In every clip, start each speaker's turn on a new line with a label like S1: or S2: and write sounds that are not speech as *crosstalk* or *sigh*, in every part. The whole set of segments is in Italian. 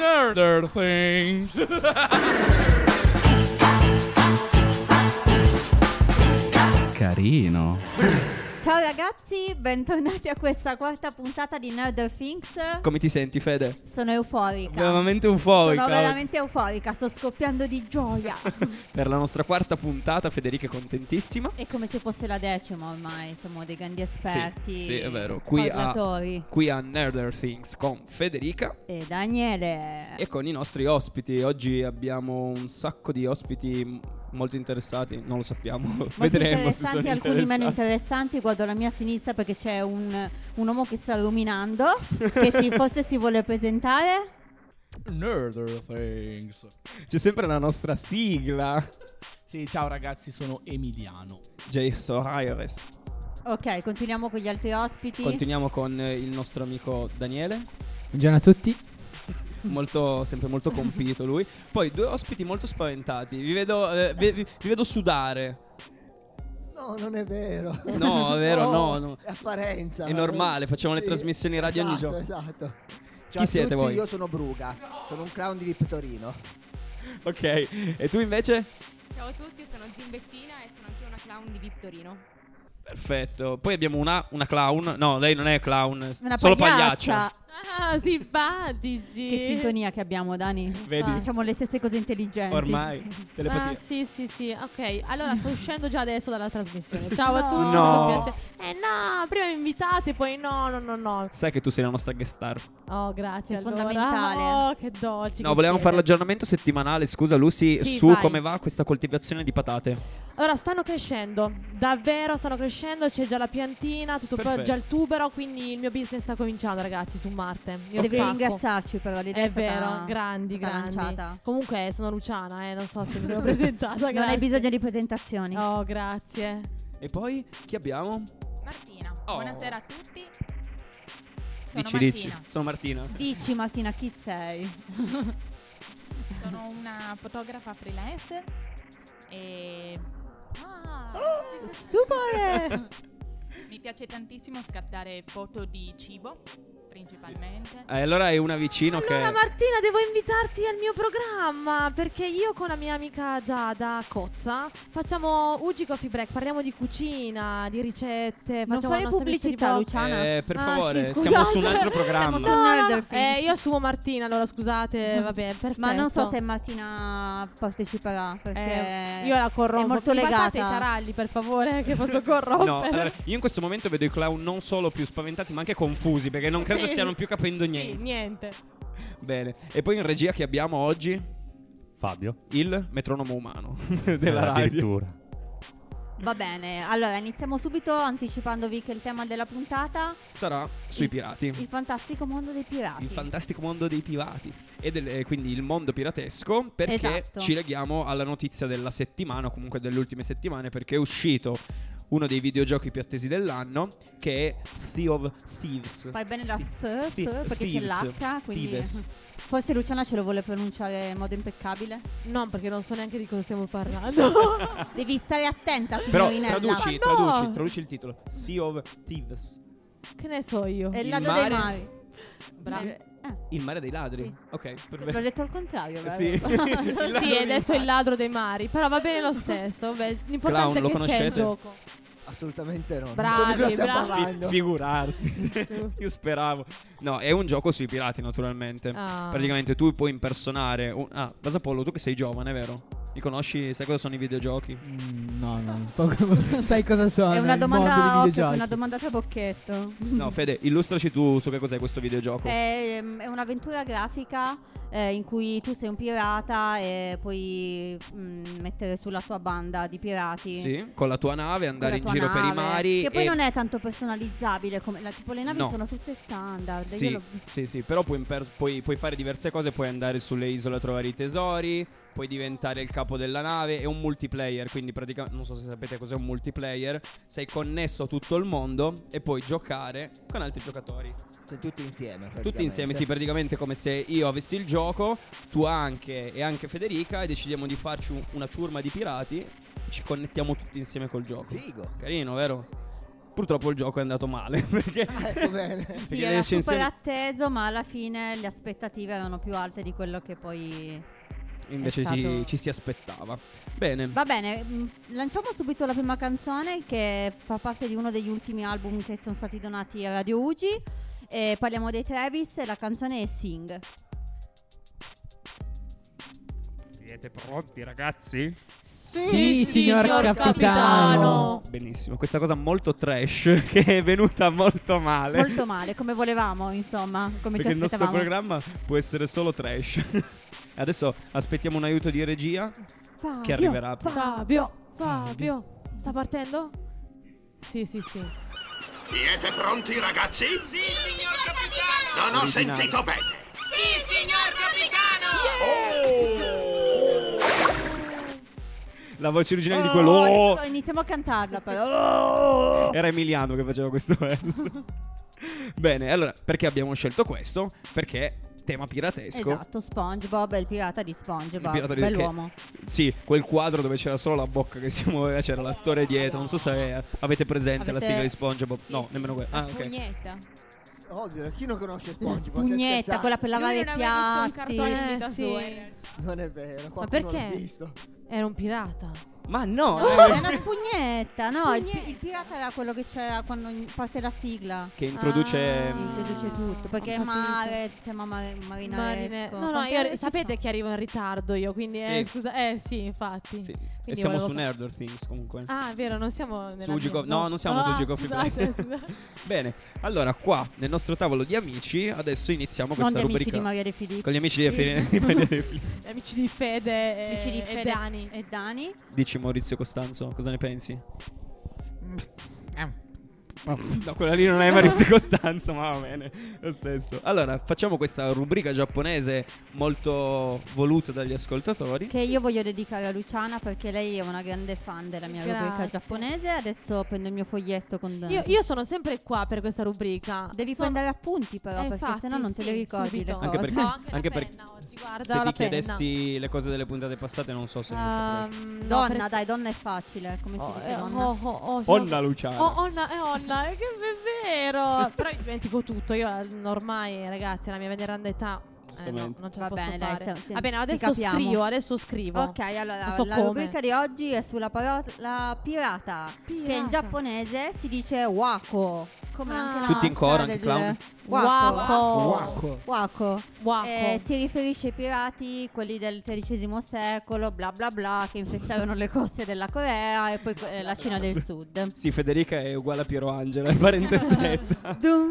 S1: other
S2: *laughs*
S1: things.
S3: Carino.
S4: Ciao ragazzi, bentornati a questa quarta puntata di Nerd Things.
S5: Come ti senti, Fede?
S4: Sono euforica.
S5: Veramente euforica.
S4: Sono veramente euforica, sto scoppiando di
S5: *laughs*
S4: gioia.
S5: Per la nostra quarta puntata, Federica è contentissima.
S4: È come se fosse la decima ormai, siamo dei grandi esperti.
S3: sì, è vero.
S5: Qui a,
S4: parlatori.
S5: qui a Nerder Things con Federica
S4: E Daniele.
S5: e con i nostri ospiti. Oggi abbiamo un sacco di ospiti m- molto interessati. Non lo sappiamo. *laughs*
S4: Molti
S5: Vedremo se sono
S4: interessanti, alcuni meno
S5: interessati.
S4: interessanti. Guardo alla mia sinistra perché c'è un, un uomo che sta ruminando. che
S5: *laughs*
S4: si, forse si vuole presentare.
S1: Nerder things.
S5: C'è sempre la nostra sigla.
S1: Sì, ciao ragazzi, sono Emiliano.
S5: Jason Raires.
S4: Ok, continuiamo con gli altri ospiti.
S5: Continuiamo con eh, il nostro amico Daniele.
S2: Buongiorno a tutti.
S5: Molto, sempre molto compito lui. Poi due ospiti molto spaventati. Vi vedo, eh, vi- vi- vi vedo sudare.
S6: No, non è vero.
S5: *laughs* No, è vero, no, no.
S6: È apparenza.
S5: È normale, facciamo le trasmissioni radio ogni giorno.
S6: esatto, Esatto.
S5: Chi siete
S6: tutti,
S5: voi?
S6: Io sono Bruga, sono un clown di Vip Torino.
S5: Ok, e tu invece?
S7: Ciao a tutti, sono Zimbettina e sono anche una clown di Vittorino.
S5: Perfetto. Poi abbiamo una, una clown. No, lei non è clown,
S4: Una
S5: solo
S4: pagliaccia.
S5: pagliaccia.
S7: Ah, simpatici!
S4: Che sintonia che abbiamo, Dani.
S5: Vedi?
S4: Facciamo Diciamo le stesse cose intelligenti.
S5: Ormai,
S7: Ah,
S5: telepatia.
S7: sì, sì, sì. Ok, allora sto uscendo già adesso dalla trasmissione. Ciao a
S4: No.
S7: tutti.
S5: No.
S7: mi piace- Eh no, prima mi invitate, poi no, no, no, no.
S5: Sai che tu sei la nostra guest star.
S7: Oh, grazie.
S4: È
S7: allora.
S4: fondamentale.
S7: Oh, che dolci.
S5: no,
S7: che
S5: volevamo
S7: siete.
S5: fare l'aggiornamento settimanale, scusa Lucy,
S7: Sì,
S5: su
S7: vai.
S5: come va questa coltivazione di patate.
S7: Allora, stanno crescendo, davvero stanno crescendo, c'è già la piantina, tutto
S5: Perfetto.
S7: già il tubero, quindi il mio business sta cominciando, ragazzi, su Marte. Io
S4: Devi
S7: spacco.
S4: ringraziarci però, l'idea
S7: È
S4: stata-
S7: vero, grandi,
S4: stata
S7: grandi.
S4: lanciata.
S7: Comunque eh, sono Luciana, eh, non so se mi sono *laughs* presentata.
S4: Non hai
S7: grazie.
S4: bisogno di presentazioni.
S7: Oh, grazie.
S5: E poi chi abbiamo?
S8: Martina,
S5: Oh.
S8: buonasera a tutti. Sono
S5: dici,
S8: Martina,
S5: dici. Sono Martina.
S4: Dici Martina chi sei?
S8: sono una fotografa freelance e ah,
S4: Stupore!
S8: mi piace tantissimo scattare foto di cibo principalmente.
S5: Eh, allora è una vicino
S7: allora,
S5: che...
S7: Martina, devo invitarti al mio programma perché io con la mia amica Giada Cozza facciamo Ugi Coffee Break, parliamo di cucina, di ricette,
S4: non
S7: facciamo la
S4: fare
S7: nostra
S4: pubblicità,
S7: ricetta di
S4: Luciana.
S5: Eh, per
S7: Ah,
S5: favore,
S7: sì,
S5: siamo
S7: scusate. *laughs*
S5: su un altro programma.
S4: Siamo su- Nerd
S7: no. Eh,
S4: Fix.
S7: io assumo Martina, allora scusate, vabbè, perfetto.
S4: Mm. Ma non so se Martina parteciperà perché
S7: Eh, io la corrompo.
S4: è molto
S7: Mi guardate i
S4: legata.
S7: taralli, per favore, che
S5: *laughs*
S7: posso
S5: No, eh,
S7: corrompere.
S5: allora, io in questo momento vedo i clown non solo più spaventati, ma anche confusi, perché non credo
S7: Sì.
S5: stiano più capendo
S7: Sì,
S5: niente.
S7: niente.
S5: Bene. E poi in regia che abbiamo oggi
S9: Fabio
S5: il metronomo umano *laughs*
S9: eh,
S5: della radio.
S9: addirittura
S4: Va bene, allora iniziamo subito anticipandovi che il tema della puntata
S5: Sarà sui
S4: Il-
S5: pirati.
S4: il fantastico mondo dei pirati.
S5: Il fantastico mondo dei pirati e del- eh, quindi il mondo piratesco perché
S4: Esatto.
S5: ci leghiamo alla notizia della settimana o comunque delle ultime settimane perché è uscito uno dei videogiochi più attesi dell'anno che è Sea of Thieves.
S4: Fai bene la
S5: Sì,
S4: f,
S5: sì,
S4: f perché c'è
S5: Thieves.
S4: l'H, quindi
S5: Thieves.
S4: forse Luciana ce lo vuole pronunciare in modo impeccabile.
S7: No, perché non so neanche di cosa stiamo
S5: *laughs*
S7: parlando.
S4: Devi stare attenta,
S5: Però
S4: signorinella.
S5: traduci,
S7: Ma no!
S5: traduci, traduci il titolo. Sea of Thieves.
S7: che ne so io?
S4: È il
S5: il
S4: lato
S5: mare.
S4: dei mari.
S7: Bravo.
S4: Eh,
S5: Il mare dei ladri.
S4: Sì.
S5: Ok, perfetto.
S4: L'ho detto al contrario, vero?
S5: Sì. Il *laughs* ladro
S7: Sì, hai
S5: dei
S7: detto il
S5: mari.
S7: ladro dei mari, però va bene lo stesso. vabbè, l'importante
S5: Clown, lo
S7: è che c'è il
S5: conoscete?
S7: gioco.
S6: Assolutamente no. non so
S7: Bravi,
S6: di cosa stiamo
S7: bravi.
S6: parlando.
S5: Figurarsi. Io speravo. No, è un gioco sui pirati, naturalmente.
S7: Ah.
S5: Praticamente tu puoi impersonare. Un... Ah, Basapollo, tu che sei giovane, vero? Li conosci? Sai cosa sono i videogiochi?
S2: Mm, no, no,
S1: *laughs*
S2: poco- sai cosa sono?
S4: È una
S2: il mondo
S4: domanda,
S2: di
S4: a occhio,
S2: videogiochi.
S4: una domanda a bocchetto. *laughs*
S5: No, Fede, illustraci tu su che cos'è questo videogioco.
S4: È, ehm, è un'avventura grafica eh, in cui tu sei un pirata e puoi mm, mettere sulla tua banda di pirati.
S5: Sì, con la tua nave, andare in
S4: con la tua
S5: giro per i
S4: nave,
S5: mari.
S4: Che poi
S5: e-
S4: non è tanto personalizzabile come la, tipo le navi
S5: No.
S4: sono tutte standard. io
S5: Sì,
S4: l'ho-
S5: sì, sì, però puoi, imper- puoi- puoi fare diverse cose, puoi andare sulle isole a trovare i tesori, puoi diventare il capo della nave, è un multiplayer, quindi praticamente non so se sapete cos'è un multiplayer, sei connesso a tutto il mondo e puoi giocare con altri giocatori.
S6: Sono tutti insieme.
S5: Tutti insieme, sì, praticamente come se io avessi il gioco, tu anche e anche Federica e decidiamo di farci un- una ciurma di pirati, ci connettiamo tutti insieme col gioco.
S6: Figo.
S5: Carino, vero? Purtroppo il gioco è andato male *laughs* perché
S6: Ecco bene. *laughs*
S4: Ah, Sì, era
S5: le
S4: super
S5: recensioni-
S4: atteso, ma alla fine le aspettative erano più alte di quello che poi...
S5: invece
S4: È
S5: ci-
S4: stato-
S5: ci, si aspettava. Bene.
S4: Va bene, mh, lanciamo subito la prima canzone che fa parte di uno degli ultimi album che sono stati donati a Radio Ugi. E parliamo dei Travis e la canzone è Sing.
S5: Siete pronti ragazzi?
S2: Sì, signor capitano.
S5: Benissimo, questa cosa molto trash *laughs* che è venuta molto male.
S4: Molto male, come volevamo, insomma, come
S5: perché il
S4: ci
S5: nostro
S4: aspettavamo.
S5: programma può essere solo trash. *laughs* Adesso aspettiamo un aiuto di regia.
S7: Fabio,
S5: Che arriverà.
S7: Fabio, Fabio,
S5: Mm.
S7: sta partendo? Sì, sì, sì.
S3: Siete pronti, ragazzi? Sì, signor capitano! Non ho
S5: Originale.
S3: sentito bene! Sì, signor capitano! Oh!
S5: La voce originale di
S4: Oh,
S5: quello "Oh",
S4: adesso Iniziamo a cantarla però.
S5: era Emiliano che faceva questo verso.
S4: *laughs*
S5: Bene, allora perché abbiamo scelto questo? Perché tema piratesco.
S4: Esatto, SpongeBob è il pirata di SpongeBob.
S5: pirata di-
S4: Esatto, Bell'uomo.
S5: Sì, quel quadro dove c'era solo la bocca che si muoveva, c'era l'attore dietro. Non so se eh, avete presente la
S4: Avete-
S5: sigla di SpongeBob.
S8: Sì,
S5: no,
S8: sì.
S5: nemmeno quella. Ah,
S8: La
S5: ok.
S8: spugnetta.
S6: Ovvio, chi non conosce
S4: La
S6: SpongeBob? Stai
S4: spugnetta,
S6: scherzando?
S4: quella per
S8: Lui
S4: lavare i
S8: non aveva visto un
S4: piatti.
S8: cartone di
S7: Eh,
S8: vita
S7: sì.
S8: sua, in realtà.
S6: Non è vero, qualcuno l'ha
S7: perché?
S6: visto.
S7: Era un pirata.
S5: Ma
S4: No,
S5: no, eh,
S4: Oh, è una spugnetta, no, il, pi-
S8: Spugnetta.
S4: il pirata era quello che c'era quando in- parte la sigla.
S5: che introduce.
S7: Ah.
S5: mm,
S4: Introduce tutto, perché è
S7: Ho capito.
S4: mare, tema mare-
S7: Marine-
S4: marinaresco.
S7: No, no,
S4: Quanti
S7: io-
S4: anni ci
S7: sapete
S4: sono?
S7: che arrivo in ritardo io, quindi eh,
S5: Sì.
S7: scusa, eh sì, infatti.
S5: sì. E
S7: Quindi
S5: siamo
S7: volevo
S5: su
S7: fa-
S5: Nerd Things comunque.
S7: Ah, è vero, non siamo nella
S5: Ugi
S7: mia-
S5: Co- no, non siamo su
S7: ah,
S5: Ugi Coffee
S7: scusate,
S5: Break.
S7: scusate.
S5: Bene, allora qua nel nostro tavolo di amici adesso iniziamo
S4: Non
S5: questa
S4: gli amici
S5: rubrica.
S4: di Maria De Filippi.
S5: con gli amici *laughs* di Fede.
S7: Amici di Fede e,
S4: Amici di
S7: e
S4: Fede
S7: Dani.
S4: e Dani.
S5: Dici Maurizio Costanzo, cosa ne pensi? *laughs* No, quella lì non è Maurizio Costanzo, ma va bene, lo stesso. Allora, facciamo questa rubrica giapponese molto voluta dagli ascoltatori.
S4: Che io voglio dedicare a Luciana perché lei è una grande fan della mia rubrica
S7: Grazie.
S4: giapponese. Adesso prendo il mio foglietto con
S7: Io, io sono sempre qua per questa rubrica.
S4: Devi
S7: Sono-
S4: prendere appunti però,
S7: Eh,
S4: perché
S7: infatti,
S4: sennò non te
S7: sì,
S4: le ricordi
S7: subito.
S4: le cose.
S5: Anche perché-
S7: Ho anche,
S5: anche
S7: la
S5: perché-
S7: penna oggi, guarda,
S5: se
S7: ho
S5: ti
S7: la penna.
S5: chiedessi le cose delle puntate passate, non so se ne sapresti.
S7: Ehm, no,
S4: Donna,
S7: perché-
S4: dai, donna è facile, come si
S7: Oh,
S4: dice
S7: eh,
S4: donna?
S7: oh, oh, oh, sono-
S5: Onna Luciana.
S7: Oh, Onna, è Onna, eh, che è
S5: *laughs*
S7: vero. Però io dimentico tutto. Io eh, ormai, ragazzi, alla mia veneranda età. eh, no,
S5: Giustamente.
S7: non ce
S4: Va
S7: la posso
S4: bene, dai,
S7: fare.
S4: se- ti-
S7: Va bene,
S4: ti
S7: adesso
S4: capiamo.
S7: scrivo, adesso scrivo.
S4: Ok, allora
S7: Non so
S4: la
S7: come.
S4: rubrica di oggi è sulla parola pirata, che in
S7: Pirata.
S4: giapponese si dice wako, come
S7: Ah.
S4: anche la
S5: Tutti
S4: maschera
S5: in coro, anche
S4: del-
S5: clown?
S4: Wako.
S7: Waco.
S1: Ecco.
S4: Wako.
S7: Waco.
S4: Eh, si riferisce ai pirati, quelli del XIII secolo, bla bla bla, che infestarono le coste della Corea e poi eh, la Cina del Sud.
S5: Sì, Federica è uguale a Piero Angela, è parente
S7: *laughs*
S5: stretta.
S4: Dun,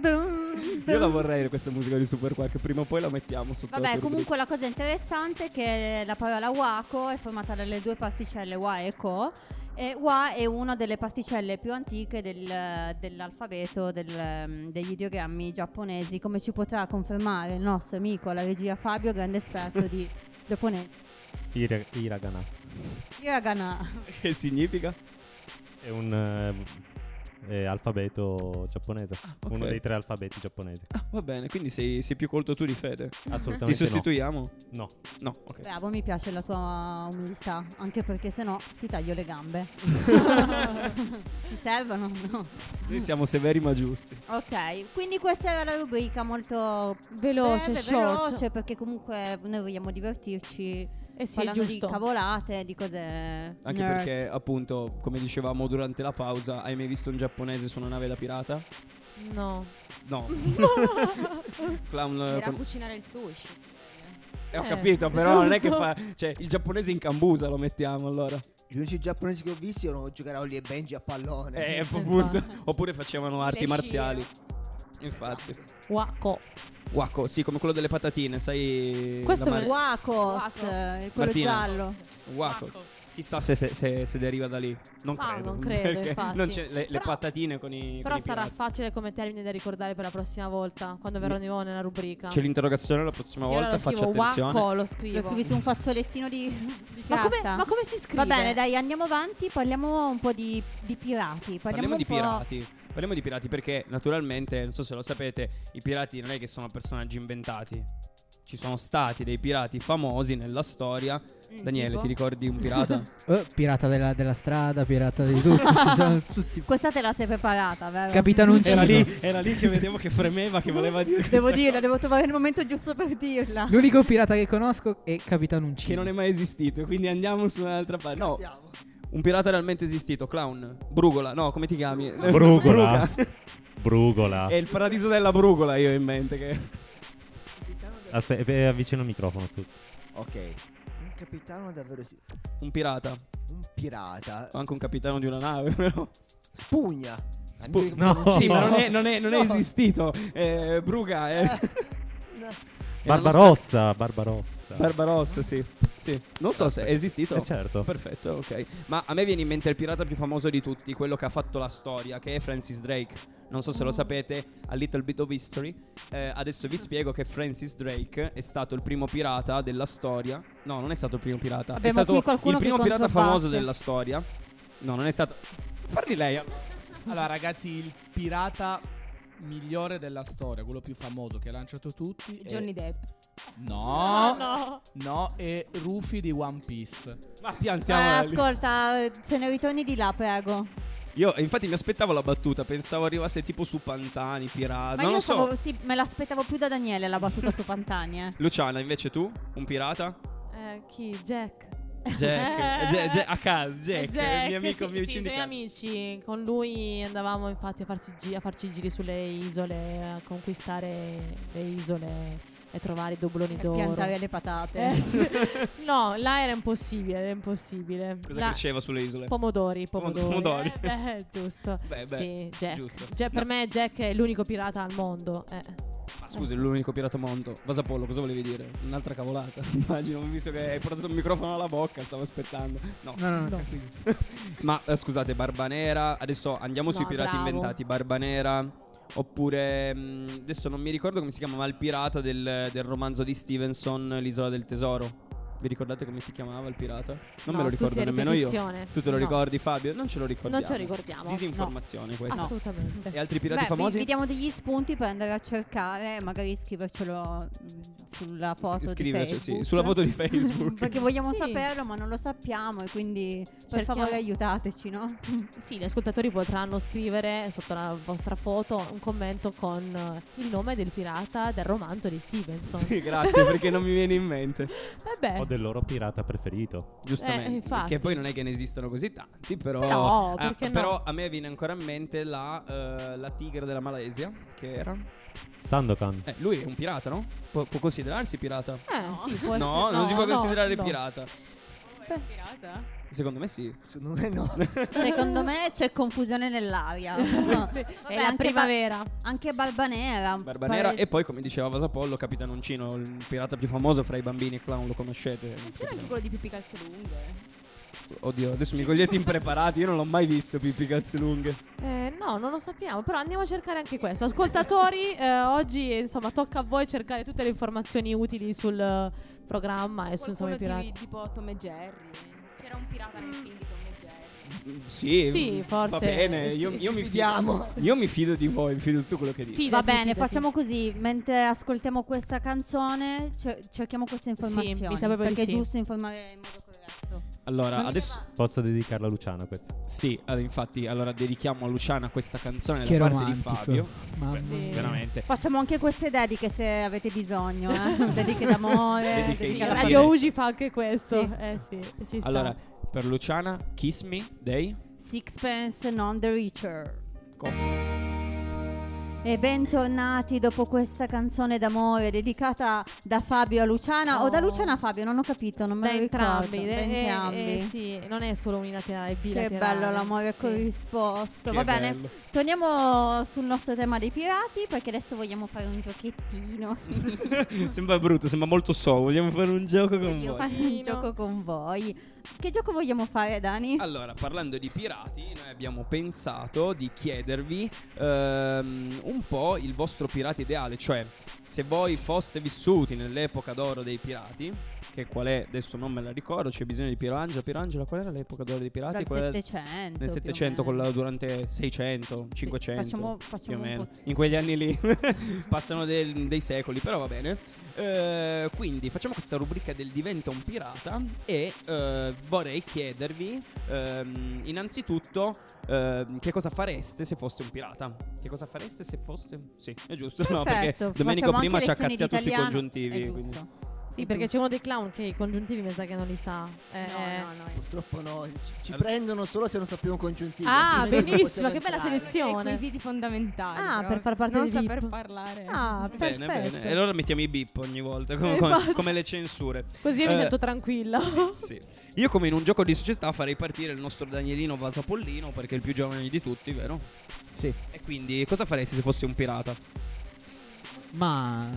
S4: dun,
S5: Io la
S4: dun.
S5: vorrei questa musica di Super Quark, prima o poi la mettiamo sotto la
S4: Vabbè,
S5: rubrica.
S4: comunque la cosa interessante è che la parola wako è formata dalle due particelle wa e ko e wa è una delle particelle più antiche del- dell'alfabeto del, ehm, degli ideogrammi giapponesi, come ci potrà confermare il nostro amico, la regia Fabio, grande esperto di giapponese.
S9: Hiragana
S4: Hiragana.
S5: Che significa?
S9: è un eh, eh, alfabeto giapponese,
S5: Ah, ok.
S9: uno dei tre alfabeti giapponesi.
S5: Ah, va bene, quindi sei, sei più colto tu di Fede. Ti
S9: Assolutamente no.
S5: sostituiamo?
S9: No.
S5: No, ok.
S4: Bravo, mi piace la tua umiltà, anche perché sennò ti taglio le gambe. *laughs* ti servono? No.
S5: Noi siamo severi ma giusti.
S4: Ok, quindi questa era la rubrica molto
S7: Veloce,
S4: breve,
S7: short.
S4: Eh, veloce, perché comunque noi vogliamo divertirci
S7: Eh sì,
S4: parlando
S7: giusto.
S4: di cavolate, di cose
S5: Anche
S4: nerd.
S5: perché, appunto, come dicevamo durante la pausa, hai mai visto un giapponese su una nave da pirata? *laughs*
S7: No. *laughs*
S5: No. *laughs* Clown. eh,
S8: Era
S5: con-
S8: cucinare il sushi.
S5: eh, ho
S7: eh.
S5: capito, però non è
S7: *laughs*
S5: che fa. Cioè, il giapponese in cambusa lo mettiamo allora.
S6: Gli unici giapponesi che ho visto erano giocare a Oli e Benji a pallone.
S5: Eh,
S7: Infatti.
S5: appunto.
S7: esatto.
S5: Oppure facevano arti
S8: Shiro.
S5: marziali. Infatti.
S7: Waco.
S5: Wacco, sì, come quello delle patatine, sai.
S7: Questo
S5: la
S7: me-
S5: mare-
S4: Wakos,
S8: Wakos.
S4: eh, quello
S5: Martina.
S4: giallo.
S5: Wacco. Chissà se, se- se- se deriva da lì. Non
S7: Ah,
S5: credo.
S7: non credo,
S5: perché
S7: infatti.
S5: non c'è- le, le
S7: Però-
S5: patatine con i.
S7: Però
S5: con i
S7: sarà
S5: pirati.
S7: facile come termine da ricordare per la prossima volta, quando verrò di nuovo nella rubrica.
S5: C'è l'interrogazione Cioè, la prossima
S7: Sì, ora
S5: volta,
S7: lo
S5: faccia
S7: scrivo,
S5: attenzione.
S7: Waco, lo scrivo.
S4: Lo scrivi su un fazzolettino
S7: *laughs*
S4: di, di
S7: ma, come,
S4: carta.
S7: ma come si scrive?
S4: Va bene, dai, andiamo avanti, parliamo un po' di, di pirati.
S5: Parliamo
S4: Parliamo,
S5: di
S4: un po'...
S5: pirati. Parliamo di pirati perché naturalmente, non so se lo sapete, i pirati non è che sono personaggi inventati. Ci ci sono stati dei pirati famosi nella storia.
S8: Mm,
S5: Daniele,
S8: tipo?
S5: ti ricordi un pirata?
S4: *laughs*
S2: Eh, pirata della, della strada, pirata di tutto. ci sono tutti-
S4: Questa te la sei preparata, vero? *laughs* Eh,
S2: Capitanoncino.
S5: era, lì, era lì che vedevo che fremeva, che voleva dire. questa
S4: Devo dirla,
S5: cosa,
S4: devo trovare il momento giusto per dirla.
S2: L'unico pirata che conosco è Capitanoncino.
S5: Che non è mai esistito. Quindi andiamo su un'altra parte. No,
S6: Andiamo.
S5: un pirata realmente esistito. Clown. Brugola. No, come ti chiami?
S9: Brugola.
S5: Bruga.
S9: Brugola.
S5: È il paradiso della brugola, io ho in mente. Che...
S6: Capitano da-
S9: Aspetta, eh, avvicino il microfono. su.
S6: Ok. Un capitano davvero sì.
S5: Un pirata.
S6: Un pirata.
S5: Anche un capitano di una nave, *laughs* però.
S6: Spugna.
S5: Spu-
S9: no.
S5: Sì, ma non è,
S6: No.
S5: non è- non è esistito. Eh, Bruga è.
S9: Barbarossa, Barbarossa.
S5: Barbarossa, sì. sì. Non so se è esistito.
S9: Eh, certo.
S5: Perfetto, ok. Ma a me viene in mente il pirata più famoso di tutti, quello che ha fatto la storia, che è Francis Drake. Non so se lo sapete, a little bit of history. Eh, adesso vi spiego che Francis Drake è stato il primo pirata della storia. No, non è stato il primo pirata.
S4: Vabbè,
S5: è
S4: ma
S5: stato
S4: qui qualcuno
S5: il primo
S4: che
S5: pirata
S4: controbatte.
S5: famoso della storia. No, non è stato. Parli lei.
S1: Allora, ragazzi, il pirata migliore della storia, quello più famoso che ha lanciato tutti.
S10: Eh,
S1: è-
S2: Johnny Depp.
S1: No, no, è Rufy di One Piece.
S5: Ma
S4: Eh,
S5: piantiamola lì.
S4: ascolta, eh, se ne ritorni di là, prego.
S5: Io infatti mi aspettavo la battuta, pensavo arrivasse tipo su Pantani, pirata.
S4: Ma
S5: Ah, non
S4: io
S5: lo so.
S4: stavo- sì, me l'aspettavo più da Daniele la battuta su Pantani. eh.
S5: Luciana, invece tu? Un pirata?
S7: Eh, chi? Jack. Eh,
S5: Jack, Jack, Jack- a casa, Jack, il mio amico, mio
S7: sì,
S5: vicino
S7: sì,
S5: di
S7: suoi
S5: casa.
S7: amici. Con lui andavamo infatti a, farsi gi- a farci i giri sulle isole, a conquistare le isole e trovare i dobloni
S4: Per
S7: d'oro.
S4: piantare le patate.
S7: Eh, sì. *laughs* No, là era impossibile, era impossibile.
S5: Cosa
S7: Là-
S5: cresceva sulle isole?
S7: Pomodori, pomodori.
S5: Pomodori.
S7: *laughs* Eh, eh, giusto.
S5: Beh, beh,
S7: sì, Jack.
S5: giusto.
S7: Cioè, per
S5: No.
S7: me Jack è l'unico pirata al mondo. Eh.
S5: Ah, scusi, è l'unico pirata mondo. Vasapollo, cosa volevi dire? Un'altra cavolata. *laughs* Immagino, visto che hai portato il microfono alla bocca, stavo aspettando. No.
S2: No, no, no, tranquillo.
S5: *laughs* Ma eh, scusate, Barbanera. Adesso andiamo sui
S7: No,
S5: pirati
S7: bravo.
S5: inventati. Barbanera. Oppure, mh, adesso non mi ricordo come si chiama, ma il pirata del, del romanzo di Stevenson, L'isola del tesoro. Vi ricordate come si chiamava il pirata? Non
S7: No,
S5: me lo ricordo
S7: tutti a
S5: nemmeno io.
S7: ripetizione.
S5: Tu te lo
S7: No,
S5: ricordi, Fabio? Non ce lo ricordiamo.
S7: Non ce lo ricordiamo.
S5: Disinformazione
S7: No,
S5: questa.
S7: assolutamente.
S5: E altri pirati
S4: Beh, vi-
S5: famosi?
S4: Vi diamo degli spunti per andare a cercare, magari scrivercelo mh, sulla foto
S5: scriverci,
S4: di
S5: sì,
S4: Facebook.
S5: sulla foto di Facebook.
S4: *laughs* Perché vogliamo
S7: Sì.
S4: saperlo, ma non lo sappiamo e quindi per
S7: Cerchiamo-
S4: favore aiutateci, no?
S7: Sì, gli ascoltatori potranno scrivere sotto la vostra foto un commento con eh, il nome del pirata del romanzo di Stevenson.
S5: Sì, grazie perché non mi viene in mente.
S7: Vabbè.
S5: eh.
S9: Ho del loro pirata preferito.
S7: Eh,
S5: Giustamente.
S7: infatti.
S5: che poi non è che ne esistono così tanti, però.
S7: Però, oh,
S5: Ah,
S7: perché no?
S5: però a me viene ancora in mente la, eh, la tigre della Malesia, che era.
S9: Sandokan.
S5: Eh, lui è un pirata, no? Pu- può considerarsi pirata?
S7: Eh, sì, può
S5: no,
S7: essere-
S5: non si può
S7: no,
S5: considerare
S7: no.
S5: pirata.
S8: Oh, è un pirata?
S5: Secondo me sì.
S6: Secondo me no.
S4: *laughs*
S5: *laughs*
S4: Secondo me c'è confusione *laughs* nell'aria. No.
S7: Sì,
S4: Vabbè,
S7: è la
S4: anche
S7: primavera.
S4: Anche Barbanera.
S5: Barbanera.
S4: pare-
S5: E poi, come diceva Vasapollo, Capitanoncino, il pirata più famoso fra i bambini e clown, lo conoscete.
S8: Non c'era anche quello di Pippi Calzelunghe?
S5: Oddio, adesso mi cogliete impreparati. Io non l'ho mai visto, Pippi Calze Lunghe.
S7: Eh, no, non lo sappiamo, però andiamo a cercare anche questo.
S4: *laughs*
S7: Ascoltatori, eh, oggi eh, insomma tocca a voi cercare tutte le informazioni utili sul eh, programma e su insomma
S8: Qualcuno
S7: i pirati.
S8: di, tipo Tom e Jerry. C'era un pirata
S7: Mm.
S8: nel film di Tom e Jerry.
S5: Mm, Sì,
S7: Sì,
S5: mm,
S7: forse,
S5: Va bene,
S7: sì.
S5: io, io mi
S6: Fidiamo.
S5: fido. Io mi fido di voi, mi fido di tutto quello che dite.
S7: Fidati,
S4: Va bene,
S7: fidati.
S4: facciamo così, mentre ascoltiamo questa canzone cer- cerchiamo queste informazioni,
S7: mi sa proprio di
S4: perché è
S7: sì.
S4: giusto informare in modo corretto.
S5: Allora,
S4: Non mi
S5: adesso
S9: Posso dedicarla a Luciana questa.
S5: sì, allora, infatti, allora dedichiamo a Luciana questa canzone
S2: Che
S5: da parte di
S2: romantico.
S5: Fabio.
S2: Mamma
S7: Sì.
S2: mia.
S5: Veramente.
S4: Facciamo anche queste dediche se avete bisogno,
S7: *laughs*
S4: eh? dediche d'amore,
S5: Dediche
S7: Sì,
S5: in
S4: dediche alla
S5: amore.
S7: Radio Ugi fa anche questo.
S4: Sì.
S7: Eh sì, ci sta.
S5: Allora, per Luciana, Kiss Me dei
S4: Sixpence non the Richer.
S5: Co-
S4: E bentornati dopo questa canzone d'amore dedicata da Fabio a Luciana o da
S7: Oh.
S4: Luciana a Fabio, non ho capito, non me
S7: da
S4: lo
S7: entrambi,
S4: ricordo.
S7: eh,
S4: Da
S7: eh,
S4: entrambi.
S7: eh, sì, non è solo unilaterale, è
S4: Che
S7: bilaterale.
S4: bello l'amore
S7: sì.
S4: corrisposto.
S5: Che
S4: Va bene,
S5: bello. *laughs*
S4: torniamo sul nostro tema dei pirati perché adesso vogliamo fare un giochettino.
S5: sembra brutto, sembra molto so. Vogliamo fare *laughs* un gioco con
S4: Vogliamo
S5: voi.
S4: fare un gioco con voi. Che gioco vogliamo fare, Dani?
S5: Allora, parlando di pirati, noi abbiamo pensato di chiedervi ehm, un un po' il vostro pirata ideale, cioè se voi foste vissuti nell'epoca d'oro dei pirati, che qual è, adesso non me la ricordo, c'è bisogno di Pirangela, Pirangela, qual era l'epoca d'oro dei pirati?
S4: Dal
S5: Qual era-
S4: 700.
S5: nel
S4: Cioè, più o
S5: 700,
S4: meno.
S5: con la- durante 600, 500,
S4: facciamo-
S5: più
S4: facciamo
S5: o
S4: un
S5: meno.
S4: po'.
S5: In quegli anni lì passano del- dei secoli, però va bene. Eh, quindi facciamo questa rubrica del diventa un pirata e eh, vorrei chiedervi ehm, innanzitutto ehm, che cosa fareste se foste un pirata. Che cosa fareste se foste... Sì, è giusto, *laughs* no?
S4: Perfetto,
S5: Perché Domenico
S4: facciamo
S5: prima
S4: anche
S5: ci ha
S4: lezioni di
S5: cazziato sui
S4: italiano.
S5: congiuntivi.
S4: È
S5: quindi-
S4: giusto.
S7: Sì, perché c'è uno dei clown che i congiuntivi mi sa che non li sa. Eh, eh.
S4: No, no, no.
S6: Purtroppo no, ci, ci
S5: Allora-
S6: prendono solo se non sappiamo un congiuntivo.
S7: Ah,
S6: altrimenti non possiamo
S7: benissimo, che bella
S6: entrare.
S7: selezione.
S10: Requisiti fondamentali.
S7: Ah,
S10: però.
S7: per far parte
S10: non
S7: dei
S10: saper
S7: VIP.
S10: parlare. *laughs*
S7: Ah,
S5: Bene,
S7: perfetto.
S5: bene. E allora mettiamo i bip ogni volta, come-
S7: Eh,
S5: come-
S4: Esatto.
S7: infatti.
S5: come le censure.
S7: Così io mi
S5: Eh,
S4: *laughs*
S7: metto tranquilla.
S5: Sì. Io come in un gioco di società farei partire il nostro Danielino Vasapollino perché è il più giovane di tutti, vero?
S2: Sì.
S5: E quindi cosa faresti se fossi un pirata?
S2: Ma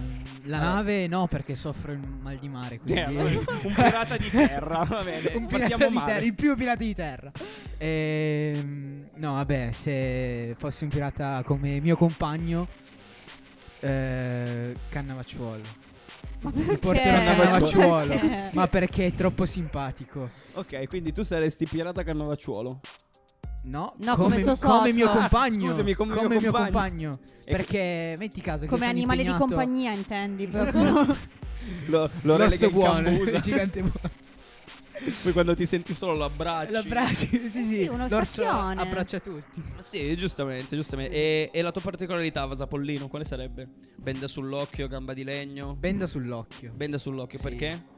S2: la nave no, perché soffro il mal di mare. Quindi...
S5: Cioè,
S2: *laughs*
S5: un pirata di terra, va bene,
S2: Un pirata
S5: Eh, partiamo
S2: di
S5: male.
S2: terra, il primo pirata di terra. Ehm, no, vabbè, se fossi un pirata come mio compagno, eh, Cannavacciuolo.
S4: Ma
S2: Mi
S4: perché?
S2: porterò Cannavacciuolo.
S4: Perché?
S2: Ma perché è troppo simpatico.
S5: Ok, quindi tu saresti pirata cannavacciuolo.
S2: No,
S4: No, come suo socio.
S2: mio
S4: Ah,
S2: compagno.
S5: scusami, come mio
S2: mio
S5: compagno.
S2: compagno.
S5: E-
S2: Perché metti caso che
S4: Come
S2: sono
S4: animale di
S2: impegnato-
S4: compagnia,
S5: *laughs*
S4: intendi? proprio.
S5: Lo, lo relega
S2: L'orso
S5: in
S2: buono,
S1: *laughs*
S5: cambusa.
S2: *laughs* il gigante buono.
S5: Poi quando ti senti solo l'abbraccio.
S2: L'abbraccio, sì, sì,
S4: sì, uno
S2: l'orso
S4: sfacchione.
S2: abbraccia tutti.
S5: Sì, giustamente, giustamente. E, e la tua particolarità, Vasapollino, quale sarebbe? Benda sull'occhio, gamba di legno?
S2: Benda sull'occhio.
S5: Benda sull'occhio,
S2: Sì.
S5: perché?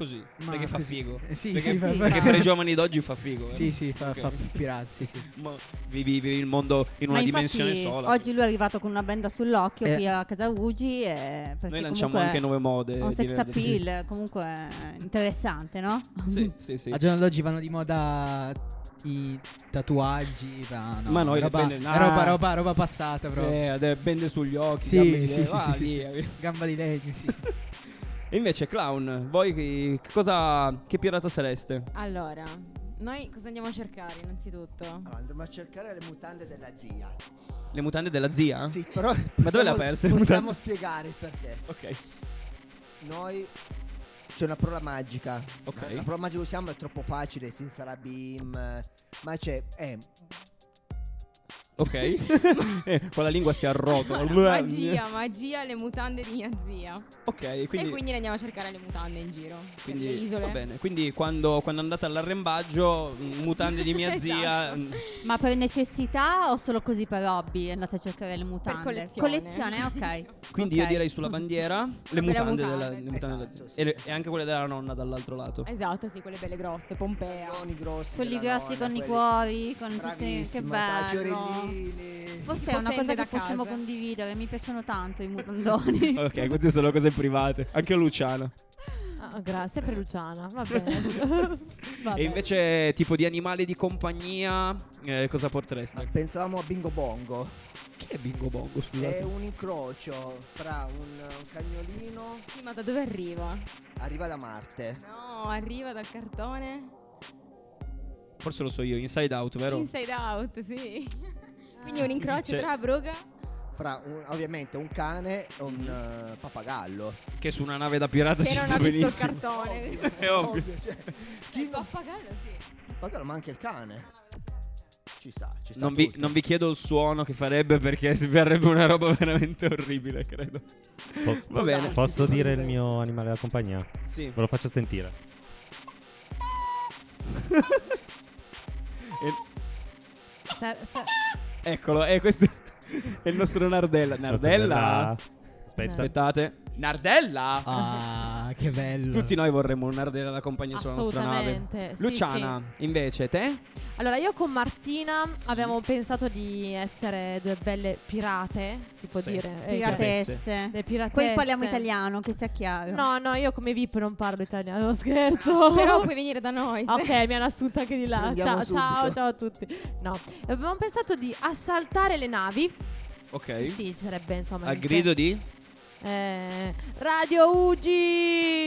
S5: Così,
S2: Ma
S5: perché fa
S2: così.
S5: figo.
S2: Eh, sì,
S5: perché
S2: sì, fa-
S5: perché
S2: fa-
S5: per i giovani d'oggi fa figo. eh?
S2: Sì, sì, fa,
S5: Ok.
S2: fa pirata, sì, sì.
S5: Ma vivi, vivi il mondo in una
S4: Ma
S5: dimensione
S4: infatti,
S5: sola.
S4: Oggi lui è arrivato con una benda sull'occhio
S2: Eh.
S4: qui a casa Ugi. E perché
S5: Noi eh, lanciamo
S4: comunque
S5: anche nuove mode.
S4: È un sex
S5: diverse.
S4: appeal, comunque eh, interessante, no?
S5: *laughs* Sì, sì, sì.
S2: Al giorno d'oggi vanno di moda i tatuaggi, ma, no,
S5: Ma noi le
S2: roba,
S5: bende- ah.
S2: roba, roba, roba passata, proprio.
S5: Eh, adè, bende sugli occhi,
S2: Sì,
S5: gambe di
S2: sì,
S5: legno,
S2: sì,
S5: va,
S2: sì, sì,
S5: via, via.
S2: Gamba di legno, sì.
S5: E invece, clown, voi che, che cosa... Che pirata sareste?
S10: Allora, noi cosa andiamo a cercare innanzitutto?
S6: Allora, andremo a cercare le mutande della zia.
S5: Le mutande della zia?
S6: Sì, però.
S5: Ah? Ma dove le ha
S6: possiamo-
S5: perse le
S6: Possiamo
S5: mutande?
S6: spiegare il perché.
S5: Ok.
S6: Noi. C'è una parola magica.
S5: Ok.
S6: La parola magica che usiamo è troppo facile, senza la bim. eh, Ma c'è. Eh,
S2: *laughs*
S5: Ok. Eh, Con la lingua
S4: *laughs*
S5: si arrotola.
S7: *laughs*
S10: magia, magia, le mutande di mia zia.
S5: Ok, quindi...
S10: E quindi le andiamo a cercare le mutande in giro. per
S5: Quindi,
S10: le isole.
S5: va bene. quindi quando, quando andate all'arrembaggio, mh, mutande
S4: *laughs*
S5: di mia zia. mm.
S10: *laughs* Esatto.
S5: mh,
S4: Ma per necessità o solo così per hobby? Andate a cercare le mutande.
S10: Per collezione.
S4: ok.
S5: Quindi
S4: Ok.
S5: io direi sulla bandiera le
S10: Le
S5: mutande,
S10: mutande,
S5: della, le
S10: esatto.
S5: mutande della zia.
S6: Esatto, sì,
S5: e, le-
S6: esatto.
S5: e anche quelle della nonna dall'altro lato.
S10: Esatto, sì, quelle belle grosse, Pompea.
S6: Con i grossi.
S4: Quelli
S6: della
S4: grossi
S6: nonna,
S4: con i
S6: quelli-
S4: cuori, con tutti che
S6: Bravissima, sa,
S4: bello.
S6: fiorellini.
S4: Forse è una cosa
S10: Potente da
S4: che possiamo
S10: casa.
S4: condividere, mi piacciono tanto i
S2: *laughs*
S4: mutandoni.
S5: Ok, queste sono cose private. Anche a Luciano.
S7: Ah, grazie per Luciana.
S4: *laughs*
S7: Va bene. Vabbè.
S5: E invece, tipo di animale di compagnia, eh, cosa portereste?
S6: Ma pensavamo a Bingo Bongo.
S5: Che è Bingo Bongo? Scusate.
S6: È un incrocio fra un, un cagnolino
S10: Sì, ma da dove arriva?
S6: arriva da Marte.
S10: No, arriva dal cartone.
S5: Forse lo so io, Inside Out, vero?
S10: Inside out, sì. quindi un incrocio
S5: Cioè-
S10: tra Bruga.
S6: Fra un- ovviamente un cane e un
S5: Mm-hmm.
S6: eh, pappagallo.
S5: Che su una nave da pirata
S10: Che
S5: ci
S10: non
S5: sta
S10: ha visto
S5: benissimo.
S10: il cartone.
S6: Ovvio,
S5: *laughs* È ovvio.
S6: cioè,
S10: Il
S6: chi non-
S10: pappagallo, sì.
S6: pappagallo, ma anche il cane. Ci sta, ci sta.
S5: Non vi,
S6: tutto.
S5: non vi chiedo il suono che farebbe perché verrebbe una roba *laughs* veramente orribile, credo.
S9: Po-
S5: *laughs* Va bene.
S9: Posso dire il mio animale da compagnia?
S5: Sì.
S9: Ve lo faccio sentire.
S5: E-
S7: Sa- sa-
S5: eccolo, e questo *laughs* è il nostro Nardella. Nardella?
S9: Aspetta.
S5: Aspettate.
S1: Nardella? *laughs*
S2: Ah, che bello.
S5: Tutti noi vorremmo un Nardella da compagnia sulla nostra nave.
S7: Assolutamente. sì,
S5: Luciana, invece, te?
S7: sì. Allora, io con Martina avevamo pensato di essere due belle pirate, si può
S5: Sì.
S7: dire. Eh,
S4: Piratesse.
S7: Le piratesse.
S4: Poi parliamo italiano, che sia chiaro.
S7: No, no, io come VIP non parlo italiano,
S4: *laughs*
S7: non scherzo.
S10: Però puoi venire da noi. se-
S7: Ok, mi hanno assunto anche di là.
S6: Prendiamo
S7: Ciao, ciao,
S6: subito.
S7: ciao a tutti. No, avevamo pensato di assaltare le navi.
S5: Ok.
S7: Sì, ci sarebbe insomma.
S5: Al
S7: anche-
S5: grido di?
S7: Eh, Radio Ugi.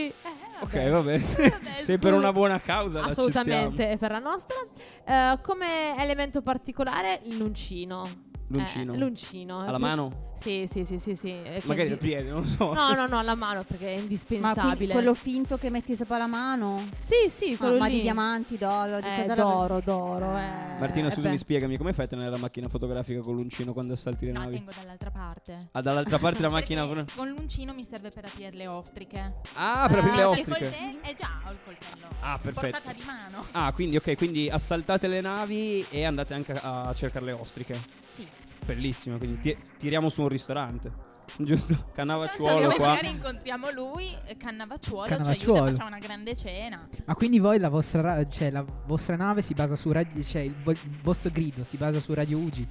S7: Eh,
S5: Ok, va bene.
S7: Vabbè,
S5: *laughs* Se per
S7: tu-
S5: una buona causa l'accettiamo.
S7: Eh, Assolutamente, è per la nostra. Eh, come elemento particolare, l'uncino.
S5: L'uncino.
S7: Eh, l'uncino.
S5: Alla
S7: Più-
S5: mano?
S7: Sì, sì, sì, sì, sì. E
S5: Magari
S7: quindi-
S5: da piede, non lo so.
S7: No, no, no, alla mano perché è
S4: Ma quindi
S7: indispensabile.
S4: quello finto che metti sopra la mano?
S7: Sì, sì,
S4: Ma,
S7: quello
S4: Ah, ma
S7: lì.
S4: di diamanti, d'oro, di
S7: Eh,
S4: cosa
S7: d'oro, d'oro, eh.
S5: Martina,
S7: Eh,
S5: scusami,
S7: beh.
S5: spiegami come fai a tenere la macchina fotografica con l'uncino quando assalti le
S8: No,
S5: navi?
S8: tengo dall'altra parte.
S5: Ah,
S7: *laughs*
S5: dall'altra parte la macchina.
S8: Perché
S5: con-
S8: Con l'uncino mi serve per aprire le ostriche.
S5: Ah,
S7: Eh,
S5: per aprire le
S8: Perché
S5: ostriche.
S8: col te- eh già, ho il coltello.
S5: Ah, perfetto.
S8: Portata di mano.
S5: Ah, quindi ok, quindi assaltate le navi e andate anche a a cercare le ostriche.
S8: Sì.
S5: Bellissimo, quindi ti- tiriamo su un ristorante. *laughs* Giusto? Cannavacciuolo
S8: Tanto
S5: qua.
S8: magari incontriamo lui, eh, Cannavacciuolo, ci
S2: Cannavacciuolo.
S8: aiuta, facciamo una grande cena.
S2: *laughs* Ma quindi voi la vostra, ra- cioè, la vostra nave si basa su radio, cioè il, vo- il vostro grido si basa su radio UGI.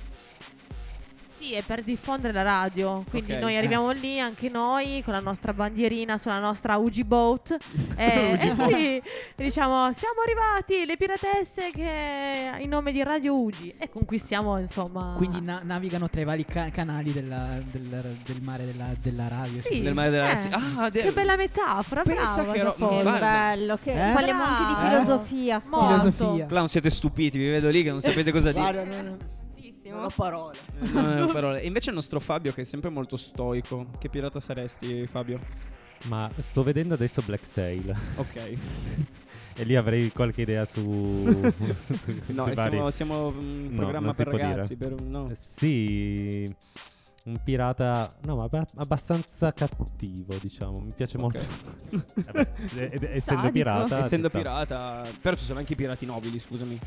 S7: Sì, è per diffondere la radio. Quindi
S5: Ok.
S7: noi arriviamo lì, anche noi, con la nostra bandierina sulla nostra UG
S2: *laughs*
S7: Boat. Eh, eh sì, diciamo, siamo arrivati, le piratesse che in nome di Radio UG. E conquistiamo, insomma...
S2: Quindi na- navigano tra i vari ca- canali della- del, del mare della, della radio.
S7: Sì.
S5: Nel mare della-
S7: eh.
S5: sì. Ah, de-
S7: Che bella metafora,
S5: Pensa
S7: brava,
S5: che ero-
S7: Sapone.
S4: Che
S5: Guarda.
S4: bello, che
S2: Eh?
S4: parliamo anche di
S2: Brava.
S4: filosofia. qua.
S7: Molto.
S2: Filosofia.
S5: Clown, siete stupiti, vi vedo lì che non sapete cosa dire.
S6: Guarda, non, non ho parole.
S5: Eh, non ho parole. E invece il nostro Fabio, che è sempre molto stoico. Che pirata saresti, Fabio?
S9: Ma sto vedendo adesso Black Sail. *laughs*
S5: Ok.
S9: E lì avrei qualche idea su. su-
S5: *laughs* No,
S9: sui
S5: e
S9: vari-
S5: siamo, siamo un
S9: No,
S5: programma
S9: non si
S5: per
S9: può dire.
S5: ragazzi. Per, un- no.
S9: Eh, Sì. Un pirata, no, ma abba- abbastanza cattivo, diciamo. Mi piace
S5: *laughs*
S9: molto. Eh beh, ed- ed- essendo
S10: Sadico.
S9: pirata, ci
S5: Essendo
S9: sta.
S5: pirata, però ci sono anche i pirati nobili, scusami.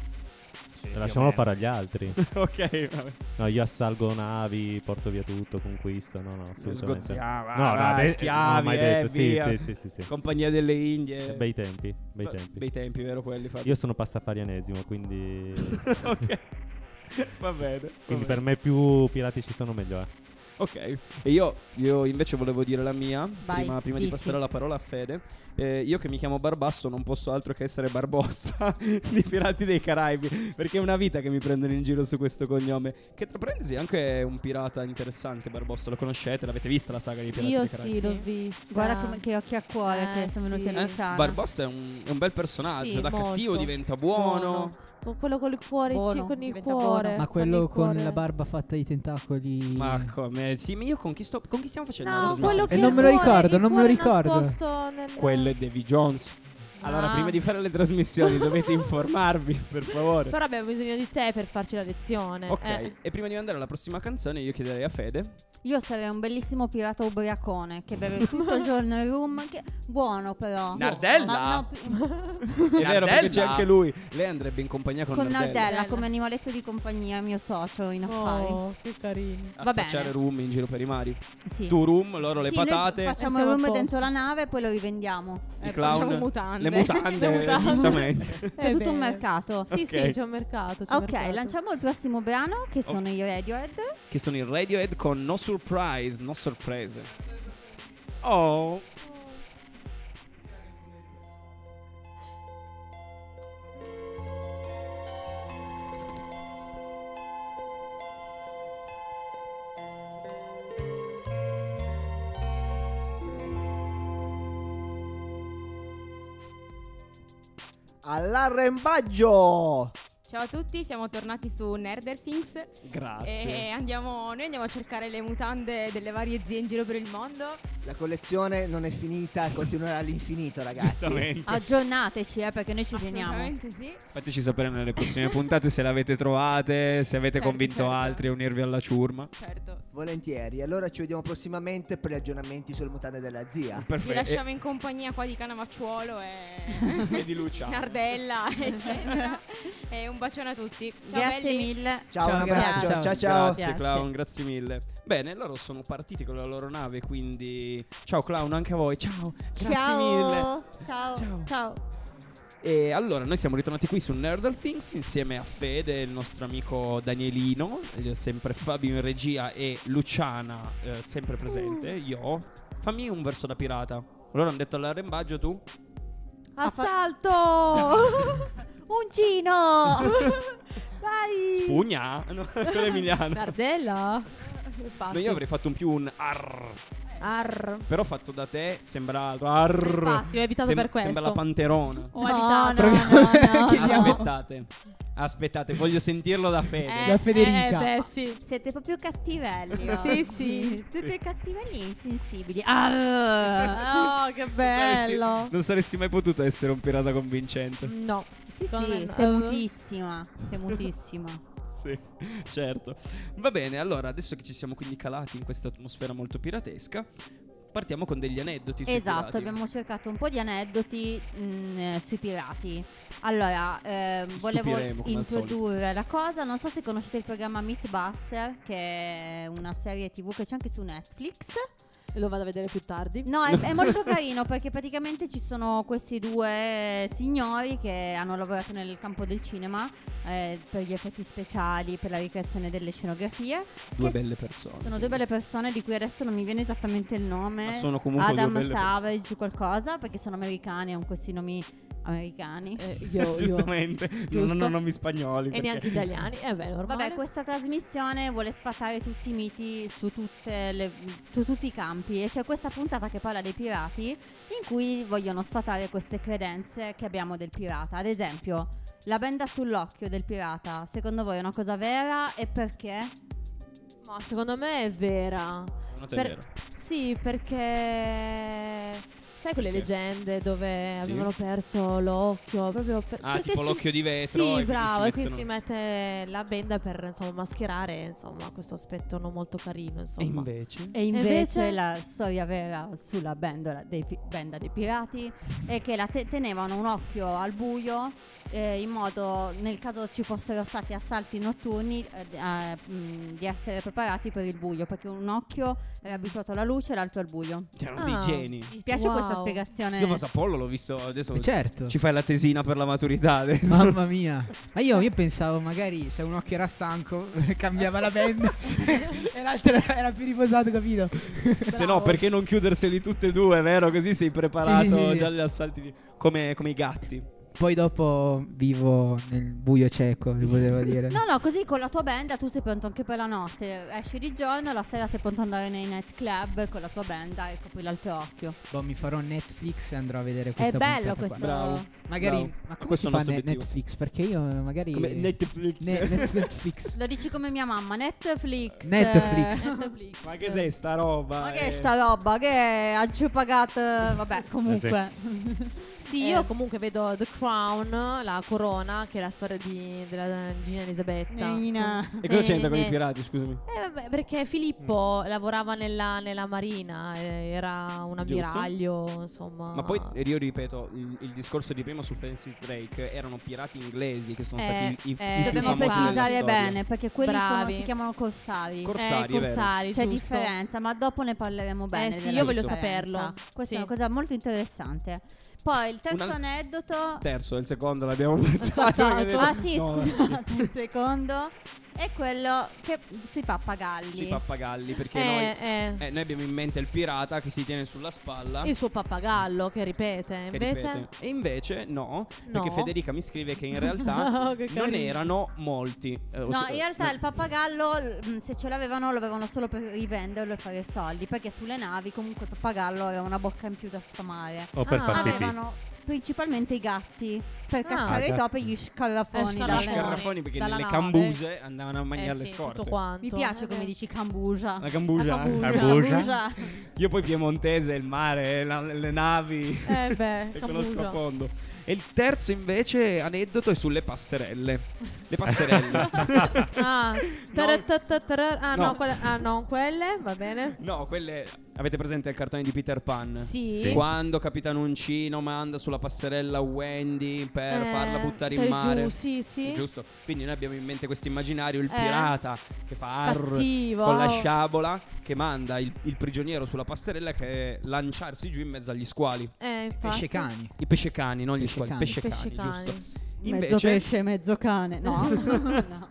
S9: lasciamolo fare agli altri.
S5: *laughs* ok, vabbè.
S9: No, io assalgo navi, porto via tutto, conquisto. No, no, assolutamente.
S5: Sgozziamo,
S9: no,
S5: vai,
S9: ade-
S5: "Ah, schiavi,
S9: non ho mai
S5: eh,
S9: detto. Sì,
S5: via.
S9: sì, sì, sì, sì.
S5: Compagnia delle Indie.
S9: Eh, Bei tempi, bei
S5: Ba-
S9: tempi.
S5: Bei tempi, vero quelli Fabio?
S9: Io sono pastafarianesimo, quindi.
S5: *laughs* ok. Va bene. va
S9: quindi
S5: bene.
S9: per me più pirati ci sono meglio. eh.
S5: Ok. E io, io invece volevo dire la mia,
S4: Vai,
S5: prima, prima di
S4: dici.
S5: passare la parola a Fede. Eh, io che mi chiamo Barbasso non posso altro che essere Barbossa *laughs* di Pirati dei Caraibi, perché è una vita che mi prendono in giro su questo cognome. Che tra parentesi è anche un pirata interessante, Barbosso, lo conoscete? L'avete vista la saga dei Pirati
S7: Io
S5: dei Caraibi?
S7: sì, l'ho vista.
S4: Guarda come, che occhi a cuore che
S7: Eh,
S4: sono venuti
S7: sì.
S4: a
S7: Eh,
S4: Luciana.
S5: Barbossa è un, è un bel personaggio,
S7: Sì,
S5: da
S7: molto.
S5: cattivo diventa buono.
S7: Con quello col cuore,
S4: Buono,
S7: sì, con il
S4: diventa
S7: cuore.
S4: buono.
S7: con
S2: Ma quello
S7: il
S2: con
S7: cuore.
S2: la barba fatta di tentacoli.
S5: Ma come? Mm. Sì, ma io con chi, sto, con chi stiamo facendo? la
S7: No,
S5: trasmissione?
S7: quello che
S2: E non me lo
S7: il cuore-
S2: ricordo,
S7: il
S2: non me lo
S7: cuore
S2: ricordo.
S7: nascosto nel-
S5: Quello è Davy Jones. Allora,
S7: Ah.
S5: prima di fare le trasmissioni dovete informarvi, per favore.
S7: Però abbiamo bisogno di te per farci la lezione.
S5: Ok,
S7: eh. *laughs*
S5: e prima di andare alla prossima canzone io chiederei a Fede.
S4: Io sarei un bellissimo pirata ubriacone che beve tutto il giorno il rum. Che... Buono però.
S1: Nardella?
S4: Ma- no, pi-
S5: È vero perché
S1: Nardella?
S5: c'è anche lui. Lei andrebbe in compagnia con,
S4: con Nardella,
S5: Nardella.
S4: come animaletto di compagnia, mio socio in affari.
S7: Oh, che carino.
S5: A
S4: Va bene.
S5: spacciare rum in giro per i mari.
S4: Sì.
S5: Tu rum, loro le
S4: Sì, noi
S5: patate,
S4: Facciamo il
S7: E Eh, siamo a
S4: rum
S7: posto.
S4: dentro la nave e poi lo rivendiamo.
S5: i
S4: Eh,
S5: clown,
S10: facciamo mutande.
S5: le
S8: *laughs*
S5: mutande,
S10: *laughs* Le mutande.
S5: *laughs* giustamente.
S4: C'è tutto un mercato.
S7: Eh, Sì,
S5: Ok.
S7: sì, c'è un mercato. c'è un
S4: Ok,
S7: mercato.
S4: lanciamo il prossimo brano che sono i Radiohead.
S5: che sono in Radiohead con No Surprise, no sorprese. Oh.
S6: All'arrembaggio!
S10: Ciao a tutti, siamo tornati su Nerder Things
S5: Grazie.
S10: e andiamo, noi andiamo a cercare le mutande delle varie zie in giro per il mondo.
S6: La collezione non è finita, continuerà all'infinito, ragazzi.
S5: Giustamente.
S4: Aggiornateci, eh, perché noi ci teniamo.
S10: Assolutamente sì.
S5: Fateci sapere nelle prossime puntate se l'avete trovate, se avete
S10: Certo,
S5: convinto
S10: certo.
S5: altri a unirvi alla ciurma.
S10: Certo.
S6: Volentieri. Allora ci vediamo prossimamente per gli aggiornamenti sulle mutande della zia.
S10: Vi
S5: Perfetto.
S10: lasciamo in compagnia qua di
S5: *laughs*
S10: Canavacciuolo e,
S5: E di Luciano.
S10: Nardella, eccetera. e un bacione a tutti. Ciao
S4: Grazie
S10: belli.
S4: mille.
S6: Ciao,
S2: Ciao,
S6: un
S2: grazie,
S6: abbraccio.
S2: ciao.
S6: Ciao ciao.
S5: Grazie,
S4: Grazie.
S5: Clown, grazie mille. Bene, loro sono partiti con la loro nave, quindi ciao Clown anche a voi. Ciao, grazie mille.
S4: Ciao. Ciao.
S5: Ciao.
S4: Ciao.
S5: E allora, noi siamo ritornati qui su Nerdal Things insieme a Fede, il nostro amico Danielino, eh, sempre Fabio in regia e Luciana, eh, sempre presente. Io, fammi un verso da pirata. Allora hanno detto all'arrembaggio tu? *laughs*
S7: Ah, Assalto!
S4: *laughs* Uncino.
S7: Vai!
S5: Spugna? *laughs* No, quello è Emiliano.
S7: Nardella?
S5: No, io avrei fatto un più un arr,
S7: Arr.
S5: però fatto da te sembra altro. Arr.
S7: Infatti, ho evitato
S5: Sem-
S7: per questo.
S5: Sembra la panterona.
S4: Oh, No, no,
S7: Ho
S4: no, no, no.
S5: *laughs* Aspettate. Aspettate, voglio sentirlo da Fede.
S2: La Federica.
S10: Eh, beh, sì.
S4: Siete proprio cattivelli.
S10: Sì,
S4: oggi.
S10: sì.
S4: Siete cattivelli e insensibili. Ah,
S10: Oh, che bello.
S5: Non saresti mai potuto essere un pirata
S4: Mm.
S5: convincente.
S7: No.
S4: sì,
S7: Sono-
S4: sì, temutissima.
S10: eh,
S4: Temutissima.
S5: Sì, certo. Va bene, allora, adesso che ci siamo quindi calati in questa atmosfera molto piratesca, partiamo con degli aneddoti. sui
S4: Esatto,
S5: pirati.
S4: abbiamo cercato un po' di aneddoti mh, eh, sui pirati. Allora, ehm, volevo
S5: stupiremo, come al
S4: introdurre la cosa. Non so se conoscete il programma Meatbuster, che è una serie tv che c'è anche su Netflix.
S7: Lo vado a vedere più tardi.
S4: No, è, è
S7: *laughs*
S4: molto carino perché praticamente ci sono questi due signori che hanno lavorato nel campo del cinema eh, per gli effetti speciali, per la ricreazione delle scenografie.
S5: Due belle persone.
S4: Sono due belle persone di cui adesso non mi viene esattamente il nome.
S5: Ma sono comunque due
S4: Adam
S5: belle persone.
S4: Savage qualcosa perché sono americani, hanno questi nomi americani.
S7: Eh, io, io.
S5: Giustamente, non
S7: Giusto.
S5: hanno nomi spagnoli.
S7: E
S5: perché-
S7: neanche italiani. Eh beh, normale.
S4: Vabbè, questa trasmissione vuole sfatare tutti i miti su, tutte le- su tutti i campi e c'è questa puntata che parla dei pirati in cui vogliono sfatare queste credenze che abbiamo del pirata. Ad esempio, la benda sull'occhio del pirata, secondo voi è una cosa vera e perché?
S7: Ma secondo me è vera.
S5: Non è
S7: Per-
S5: vero.
S7: Sì, perché sai quelle
S5: Perché?
S7: leggende dove
S5: Sì.
S7: avevano perso l'occhio, proprio per-
S5: Ah,
S7: perché
S5: tipo
S7: ci-
S5: l'occhio di vetro. e
S7: Sì,
S5: quindi
S7: bravo,
S5: si
S7: e quindi si
S5: mettono-
S7: mette la benda per insomma mascherare, insomma, questo aspetto non molto carino,
S5: E
S7: insomma.
S5: invece?
S4: E invece,
S7: invece
S4: la storia vera sulla bendola dei pi- benda dei pirati è che la te- tenevano un occhio al buio eh, in modo, nel caso ci fossero stati assalti notturni, eh, d- eh, mh, di essere preparati per il buio, perché un occhio era abituato alla luce e l'altro al buio.
S5: C'erano
S7: Ah.
S5: dei Cioè, geni.
S4: Mi piace
S7: Wow.
S4: questa spiegazione.
S5: Io Vasapollo l'ho visto adesso.
S2: Eh, Certo.
S5: Ci fai la tesina per la maturità adesso.
S2: Mamma mia. Ma io, io pensavo magari se un occhio era stanco *laughs* cambiava la
S4: *laughs*
S2: band e l'altro era, era più riposato, capito?
S5: *laughs* Se no, perché non chiuderseli tutte e due, vero? Così sei preparato
S2: Sì, sì, sì, sì.
S5: già agli assalti di- come, come i gatti.
S2: Poi dopo vivo nel buio cieco, vi volevo dire.
S4: No, no, così con la tua benda tu sei pronto anche per la notte. Esci di giorno, la sera sei pronto ad andare nei night club con la tua benda e copri l'altro occhio.
S2: Boh, mi farò Netflix e andrò a vedere questa
S4: è bello
S2: puntata qua.
S4: questo.
S5: Bravo.
S2: Magari,
S5: Bravo.
S2: ma come
S5: Questo
S2: si
S5: è il
S2: fa
S5: nostro
S2: ne-
S5: obiettivo.
S2: Netflix? Perché io magari...
S11: Come Netflix.
S5: *laughs*
S2: Ne- Net-
S4: *laughs*
S2: Netflix.
S4: Lo dici come mia mamma, Netflix.
S2: Netflix.
S4: Eh,
S5: Ma che sei sta roba?
S4: Ma che
S5: eh?
S4: è sta roba? Che è? Ha giù pagato. Vabbè, comunque.
S5: Eh
S7: Sì,
S4: Eh.
S7: io comunque vedo The Crown, la corona, che è la storia di, della regina Elisabetta.
S4: Nina.
S5: E cosa c'entra
S7: Eh,
S5: con i
S7: eh.
S5: pirati, scusami?
S7: Eh, vabbè, perché Filippo lavorava nella, nella marina, eh, era un
S5: Giusto.
S7: ammiraglio, insomma.
S5: Ma poi eh, io ripeto il, il discorso di prima su Francis Drake erano pirati inglesi che sono
S7: Eh,
S5: stati i, i,
S7: eh,
S5: i più
S4: Dobbiamo
S5: famosi della
S4: precisare
S5: storia.
S4: bene perché quelli sono,
S7: Bravi.
S4: si chiamano corsari.
S5: Cor-
S7: corsari,
S5: Corsari,
S7: eh,
S5: è vero.
S7: corsari
S4: C'è
S7: giusto. Eh
S4: differenza, ma dopo ne parleremo bene.
S7: sì,
S4: della
S7: io voglio
S4: differenza.
S7: saperlo.
S4: Questa
S7: Sì.
S4: è una cosa molto interessante. Poi il terzo
S5: Un al-
S4: aneddoto.
S5: Terzo, il secondo l'abbiamo *laughs* pensato.
S4: Ah, sì,
S5: No,
S4: scusate, il secondo è quello che sui pappagalli.
S5: Sui pappagalli, perché
S7: Eh,
S5: noi,
S7: eh,
S5: eh, noi abbiamo in mente il pirata che si tiene sulla spalla.
S7: Il suo pappagallo che ripete,
S5: che
S7: invece...
S5: ripete. E invece no,
S7: No.
S5: perché Federica mi scrive che in
S7: *laughs*
S5: realtà
S7: Oh, Che
S5: non
S7: carino.
S5: erano molti. Eh, o
S4: No,
S5: se-
S4: in realtà
S5: eh,
S4: il pappagallo, l- mh, se ce l'avevano, lo avevano solo per rivenderlo e fare soldi. Perché sulle navi, comunque, il pappagallo aveva una bocca in più da sfamare.
S9: O Oh, per
S7: Ah,
S9: far pipì.
S4: Avevano principalmente i gatti per
S7: Ah.
S4: cacciare
S9: Ah,
S4: i
S9: gatti.
S4: topi e gli scarafoni.
S7: Eh,
S4: da
S5: gli
S7: Dalla
S4: fuori.
S7: scarafoni.
S5: scarafoni perché
S7: dalla
S5: nelle
S7: nave.
S5: cambuse andavano a mangiare
S7: Eh
S5: le
S7: sì,
S5: scorte.
S7: tutto quanto. Eh
S4: Mi piace come dici cambugia.
S5: La cambugia. eh.
S7: cambugia.
S9: Cambugia.
S4: *laughs*
S5: Io poi piemontese, il mare, la- le navi.
S7: Eh beh,
S5: *laughs* E conosco a
S7: cambugia.
S5: fondo. E il terzo invece aneddoto è sulle passerelle. Le
S7: *laughs*
S5: passerelle.
S7: *laughs* Ah, taratatatarar- ah,
S5: No.
S7: no, quella- ah, no, quelle, va bene.
S5: No, quelle. Avete presente il cartone di Peter Pan?
S7: Sì.
S9: Sì.
S5: Quando Capitano Uncino manda sulla passerella Wendy per
S7: Eh,
S5: farla buttare in
S7: per
S5: mare.
S7: Giù, sì, sì.
S5: Giusto? Quindi noi abbiamo in mente questo immaginario, il
S7: Eh.
S5: pirata che fa arr
S7: Cattivo.
S5: con la
S7: oh.
S5: sciabola che manda il, il prigioniero sulla passerella che è lanciarsi giù in mezzo agli squali.
S7: Eh, infatti.
S2: Pesce cani.
S5: I pescecani, non gli
S2: Pesce
S5: squali,
S2: cani.
S5: pescecani,
S7: Pescecani.
S5: giusto?
S4: Mezzo pesce, mezzo cane. *laughs*
S7: *laughs*
S4: No. No.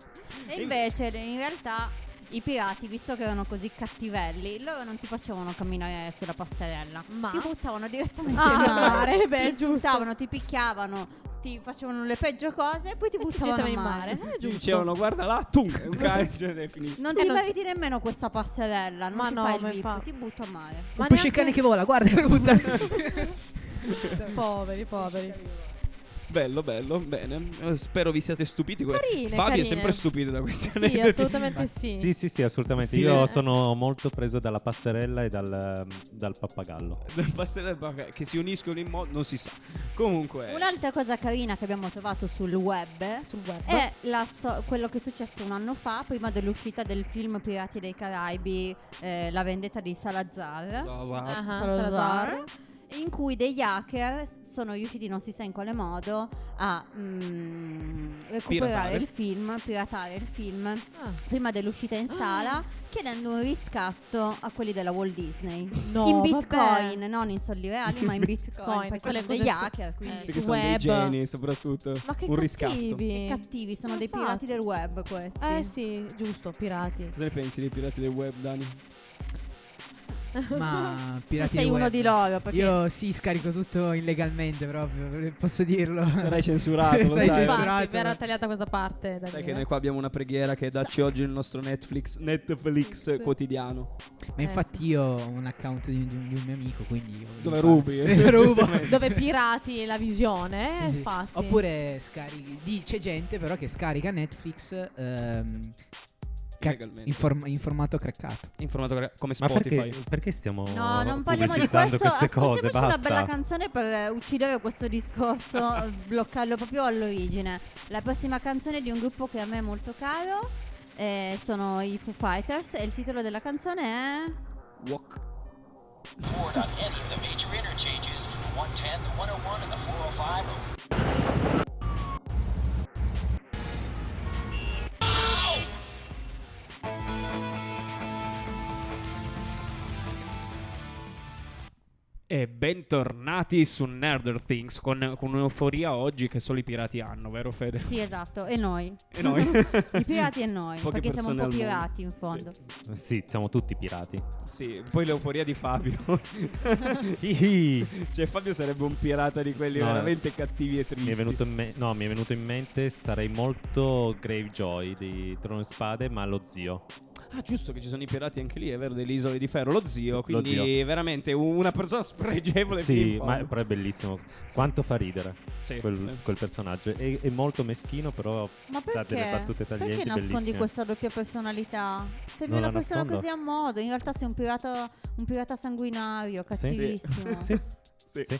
S4: E
S5: E-
S4: invece, in realtà, i pirati, visto che erano così cattivelli, loro non ti facevano camminare sulla passerella.
S7: Ma-
S4: Ti buttavano direttamente
S7: Ah,
S4: in mare.
S7: mare, beh,
S4: ti
S7: giusto.
S4: insultavano, ti picchiavano, ti facevano le peggio cose e poi ti
S7: ti
S4: buttavano
S7: gettavano
S4: in
S7: in
S4: mare.
S7: mare.
S5: Gli dicevano guarda là, tunk, un calcio ed è finito.
S4: Non
S7: Eh,
S4: ti
S7: non
S4: meriti nemmeno questa passerella, non
S7: Ma
S4: ti
S7: no,
S4: fai il
S7: ma
S4: VIP,
S7: infa-
S4: ti butto a mare.
S7: Ma
S2: Un pesce cane
S7: neanche- *laughs*
S2: che vola, guarda, lo butta.
S7: Poveri, poveri.
S5: Bello, bello, bene. Eh, Spero vi siate stupiti. Que-
S10: Carine,
S5: Fabio è
S10: carine.
S5: sempre stupito da questi
S10: Sì,
S5: aneddoti.
S10: assolutamente sì.
S9: Sì, sì, sì, assolutamente.
S5: Sì,
S9: Io
S5: eh.
S9: sono molto preso dalla passerella e dal, dal pappagallo.
S5: *laughs* Del pastello e bacca- che si uniscono in modo non si sa. Comunque,
S4: Un'altra cosa carina che abbiamo trovato sul web,
S10: Sul web.
S4: è la so- quello che è successo un anno fa, prima dell'uscita del film Pirati dei Caraibi, eh, La vendetta di Salazar.
S5: Cosa?
S10: Ah,
S4: Salazar,
S10: Salazar.
S4: in cui degli hacker sono riusciti, non si sa in quale modo, a mm, recuperare
S5: Piratare.
S4: il film, piratare il film
S10: Ah.
S4: prima dell'uscita in sala, chiedendo un riscatto a quelli della Walt Disney.
S10: No,
S4: in
S10: vabbè.
S4: bitcoin, non in soldi reali, ma in
S10: Bitcoin,
S4: bitcoin, perché
S10: quelle
S4: sono
S10: cose
S4: degli
S10: su-
S4: hacker, quindi
S10: Eh,
S5: perché
S10: sul
S5: sono dei
S10: web.
S5: geni, soprattutto.
S10: Ma che
S5: un riscatto.
S10: cattivi.
S4: cattivi, sono
S10: Ma
S4: dei pirati
S10: infatti.
S4: del web questi.
S10: Eh sì, giusto, pirati.
S5: Cosa ne pensi dei pirati del web, *laughs* Dani?
S4: *laughs*
S2: Ma
S4: Tu
S2: pirati
S4: sei
S2: del
S4: uno
S2: web.
S4: di loro, perché
S2: Io sì, scarico tutto illegalmente proprio, posso dirlo.
S5: Sarai *laughs* censurato, lo
S2: Sarai
S5: sai.
S2: censurato.
S10: Infatti,
S2: Censurato.
S10: verrà tagliata questa parte.
S5: Sai
S10: Daniele.
S5: che noi qua abbiamo una preghiera che dacci oggi il nostro Netflix, Netflix
S10: Sì.
S5: quotidiano.
S2: Ma infatti io ho un account di, di un, di un mio amico, quindi... io voglio
S5: Dove
S2: fare-
S5: *laughs*
S2: *laughs*
S5: rubi, eh,
S2: Rubo.
S5: giustamente.
S10: *laughs* Dove pirati la visione,
S2: Sì, sì.
S10: infatti.
S2: Oppure scarichi. Di, c'è gente però che scarica Netflix ehm, ca-
S5: Illegalmente.
S2: in, form- in formato craccato.
S5: Informato gra- come
S9: Ma
S5: Spotify.
S9: perché, perché stiamo
S4: No, non parliamo di
S9: pubblicizzando
S4: questo.
S9: queste cose?
S4: Ascoltiamoci una
S9: Basta.
S4: bella canzone per eh, uccidere questo discorso,
S9: *laughs*
S4: eh, bloccarlo proprio all'origine. La prossima canzone è di un gruppo che a me è molto caro eh, sono i Foo Fighters e il titolo della canzone è
S5: Walk. E bentornati su Nerder Things con, con un'euforia oggi che solo i pirati hanno, vero Fede?
S4: Sì, esatto, e noi.
S5: E noi?
S10: *laughs*
S4: I pirati
S9: *laughs*
S4: e noi,
S5: Poche
S4: perché siamo un po'
S5: persone al mondo.
S4: pirati in fondo.
S9: Sì, siamo tutti pirati.
S5: Sì, poi l'euforia di
S9: *laughs*
S5: Fabio.
S9: Ihi.
S5: cioè Fabio sarebbe un pirata di quelli
S9: No,
S5: veramente cattivi e tristi.
S9: Mi è venuto in me- no, mi è venuto in mente sarei molto Gravejoy di Trono e Spade, ma lo zio.
S5: Ah, giusto che ci sono i pirati anche lì, è vero, delle isole di ferro, lo zio, quindi
S9: zio.
S5: veramente una persona spregevole fino
S9: Sì,
S5: in
S9: ma
S5: fondo.
S9: però è bellissimo. Quanto fa ridere
S5: Sì.
S9: quel, quel personaggio. È, è molto meschino, però
S4: Ma
S9: dà
S4: perché?
S9: delle battute taglienti
S4: perché nascondi
S9: bellissime.
S4: questa doppia personalità? Sembri
S9: Non la
S4: una persona
S9: nascondo.
S4: così a modo, in realtà sei un pirata, un pirata sanguinario, cattivissimo.
S9: Sì,
S5: Sì.
S9: sì.
S10: Ah, la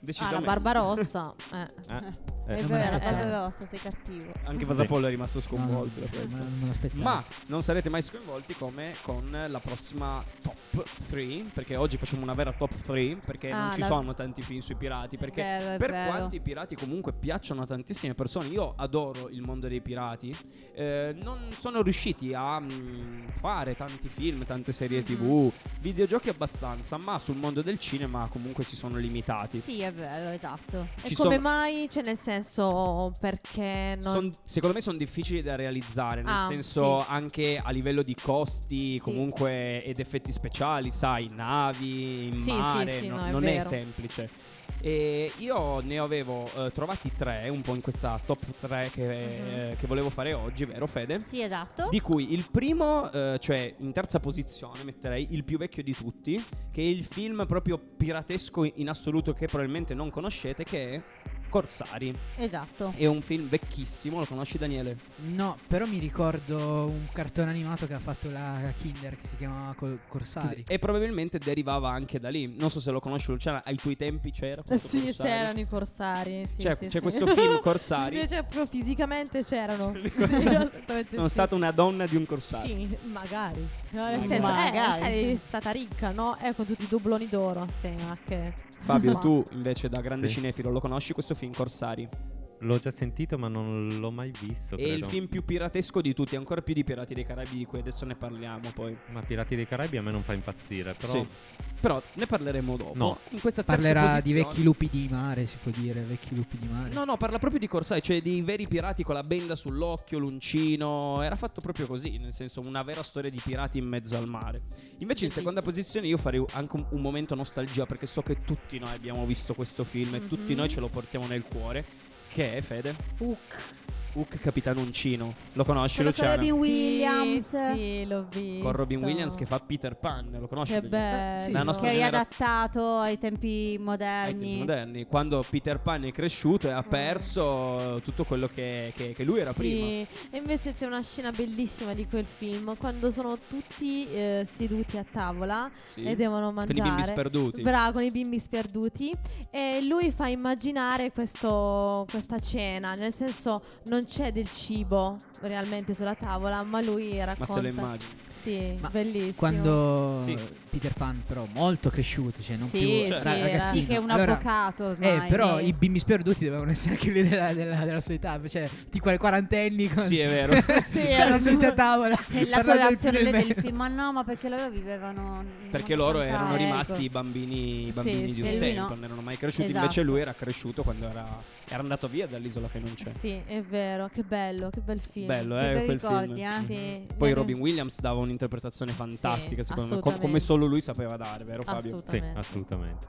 S5: Decisamente. *laughs*
S10: Barbarossa. Eh.
S9: Eh, eh.
S4: È
S10: Eh,
S4: vero,
S10: ma-
S4: è vero, sei cattivo.
S5: Anche Vasapollo è rimasto sconvolto da
S2: No, no,
S5: questo.
S2: ma non me l'aspettavo.
S5: Ma non sarete mai sconvolti come con la prossima top 3, perché oggi facciamo una vera top 3, perché non
S4: Ah,
S5: ci
S4: la-
S5: sono tanti film sui pirati, perché
S10: Eh,
S4: Vero, è
S5: per
S4: vero.
S5: quanto i pirati comunque piacciono a tantissime persone, io adoro il mondo dei pirati, eh, non sono riusciti a mh, fare tanti film, tante serie
S4: Mhm.
S5: tv, videogiochi abbastanza, ma sul mondo del cinema comunque si sono limitati.
S4: Sì, è vero, esatto.
S10: E
S5: Ci
S10: come
S5: sono-
S10: mai? Cioè, nel senso, perché non.
S5: Son- secondo me sono difficili da realizzare, nel
S10: Ah,
S5: senso
S10: sì.
S5: anche a livello di costi comunque ed effetti speciali, sai, navi, in
S10: Sì, sì,
S5: mare,
S10: sì,
S5: no-
S10: no, è
S5: non è
S10: vero.
S5: semplice. E io ne avevo eh, trovati tre, un po' in questa top 3 che,
S10: Mhm.
S5: eh, che volevo fare oggi, vero Fede?
S4: Sì, esatto.
S5: Di cui il primo, eh, cioè in terza posizione metterei il più vecchio di tutti, che è il film proprio piratesco in assoluto che probabilmente non conoscete, che è Corsari.
S4: Esatto.
S5: È un film vecchissimo, lo conosci Daniele?
S2: No, però mi ricordo un cartone animato che ha fatto la Kinder che si chiamava Col- Corsari.
S5: E probabilmente derivava anche da lì. Non so se lo conosci Luciana, cioè, ai tuoi tempi c'era questo
S10: *laughs* Sì,
S5: Eh, Corsari?
S10: c'erano i corsari. Sì,
S5: C'è-
S10: sì,
S5: c'è
S10: sì.
S5: questo
S10: *laughs*
S5: film, Corsari.
S10: Invece, proprio
S5: *laughs*
S10: fisicamente c'erano. *laughs*
S5: Sì, corsari.
S10: Sì, assolutamente
S5: Sono
S10: sì.
S5: stata una donna di un corsario.
S10: Sì, magari. No, nel
S5: Magari.
S10: senso, eh,
S4: Magari.
S10: sei stata ricca, no? Eh, con tutti i dobloni d'oro assieme a che.
S5: Fabio,
S10: Ma- *laughs*
S5: tu invece da grande
S9: Sì.
S5: cinefilo lo conosci questo film Corsari?
S9: *laughs* L'ho già sentito, ma non l'ho mai visto.
S5: È il
S9: credo.
S5: film più piratesco di tutti, ancora più di Pirati dei Caraibi di cui adesso ne parliamo poi.
S9: Ma Pirati dei Caraibi a me non fa impazzire, però
S5: Sì. Però ne parleremo dopo.
S9: No.
S5: In questa terza
S2: Parlerà di
S5: posizione-
S2: vecchi lupi di mare, si può dire, vecchi lupi di mare.
S5: No, no, parla proprio di Corsari, cioè dei veri pirati con la benda sull'occhio, l'uncino. Era fatto proprio così, nel senso, una vera storia di pirati in mezzo al mare. Invece, in seconda posizione, io farei anche un, un momento nostalgia, perché so che tutti noi abbiamo visto questo film e tutti
S10: Mhm.
S5: noi ce lo portiamo nel cuore. Che è Fede?
S4: Hook.
S5: Hook Capitano Uncino. Lo conosci,
S4: Quello con
S5: Luciano?
S4: Robin Williams.
S10: Sì, sì, l'ho visto.
S5: Con Robin Williams che fa Peter Pan, lo conosci?
S10: Che
S5: Degli-
S10: bello.
S5: La nostra
S4: che è
S5: genera-
S4: riadattato ai tempi moderni.
S5: ai tempi moderni, quando Peter Pan è cresciuto e ha perso tutto quello che, che- che lui era
S10: Eh. Sì,
S5: prima.
S10: E invece c'è una scena bellissima di quel film quando sono tutti eh, seduti a tavola
S5: Sì.
S10: e devono
S5: Con i bimbi
S10: mangiare.
S5: sperduti.
S10: Bravo, con i bimbi sperduti. E lui fa immaginare questo- questa cena, nel senso non c'è del cibo realmente sulla tavola, ma lui
S5: Ma
S10: racconta.
S5: se lo immagini.
S10: Sì,
S2: Ma
S10: bellissimo.
S2: Quando
S5: Sì.
S2: Peter Pan però molto cresciuto, cioè non
S10: Sì,
S2: più
S10: sì,
S2: ra-
S10: era-
S2: ragazzino.
S4: Sì, che è un
S2: Allora-
S4: avvocato
S2: eh,
S4: ormai. *laughs*
S2: però
S4: sì.
S2: i bimbi sperduti dovevano essere anche lì della, della- della sua età, cioè tutti
S5: *laughs*
S2: quei quarantenni con...
S5: Sì, è vero.
S10: *laughs* Sì,
S2: erano
S10: era-
S2: seduti a tavola.
S4: E la
S2: parlando del più
S4: reazione
S2: del
S4: del
S2: meno.
S4: film, ma no, ma perché loro vivevano. in
S5: Perché
S4: modo
S5: loro erano
S4: fantastico.
S5: rimasti i bambini, i
S10: Ah, ecco. Sì,
S5: bambini di
S10: sì,
S5: un
S4: lui
S5: tempo,
S4: no.
S5: non erano mai cresciuti.
S4: Esatto.
S5: Invece lui era cresciuto quando era, era andato via dall'isola che non c'è.
S10: Sì, è vero, che bello, che bel film.
S5: cioè. Bello,
S4: Che
S5: eh,
S4: bei
S5: quel
S4: ricordi,
S5: film.
S4: eh.
S10: Ah, Sì,
S5: Poi
S10: ne-
S5: Robin Williams dava un'interpretazione fantastica,
S10: Sì,
S5: secondo me, co- come
S10: assolutamente.
S5: solo lui sapeva dare, vero Fabio?
S9: Sì,
S10: Assolutamente.
S9: assolutamente.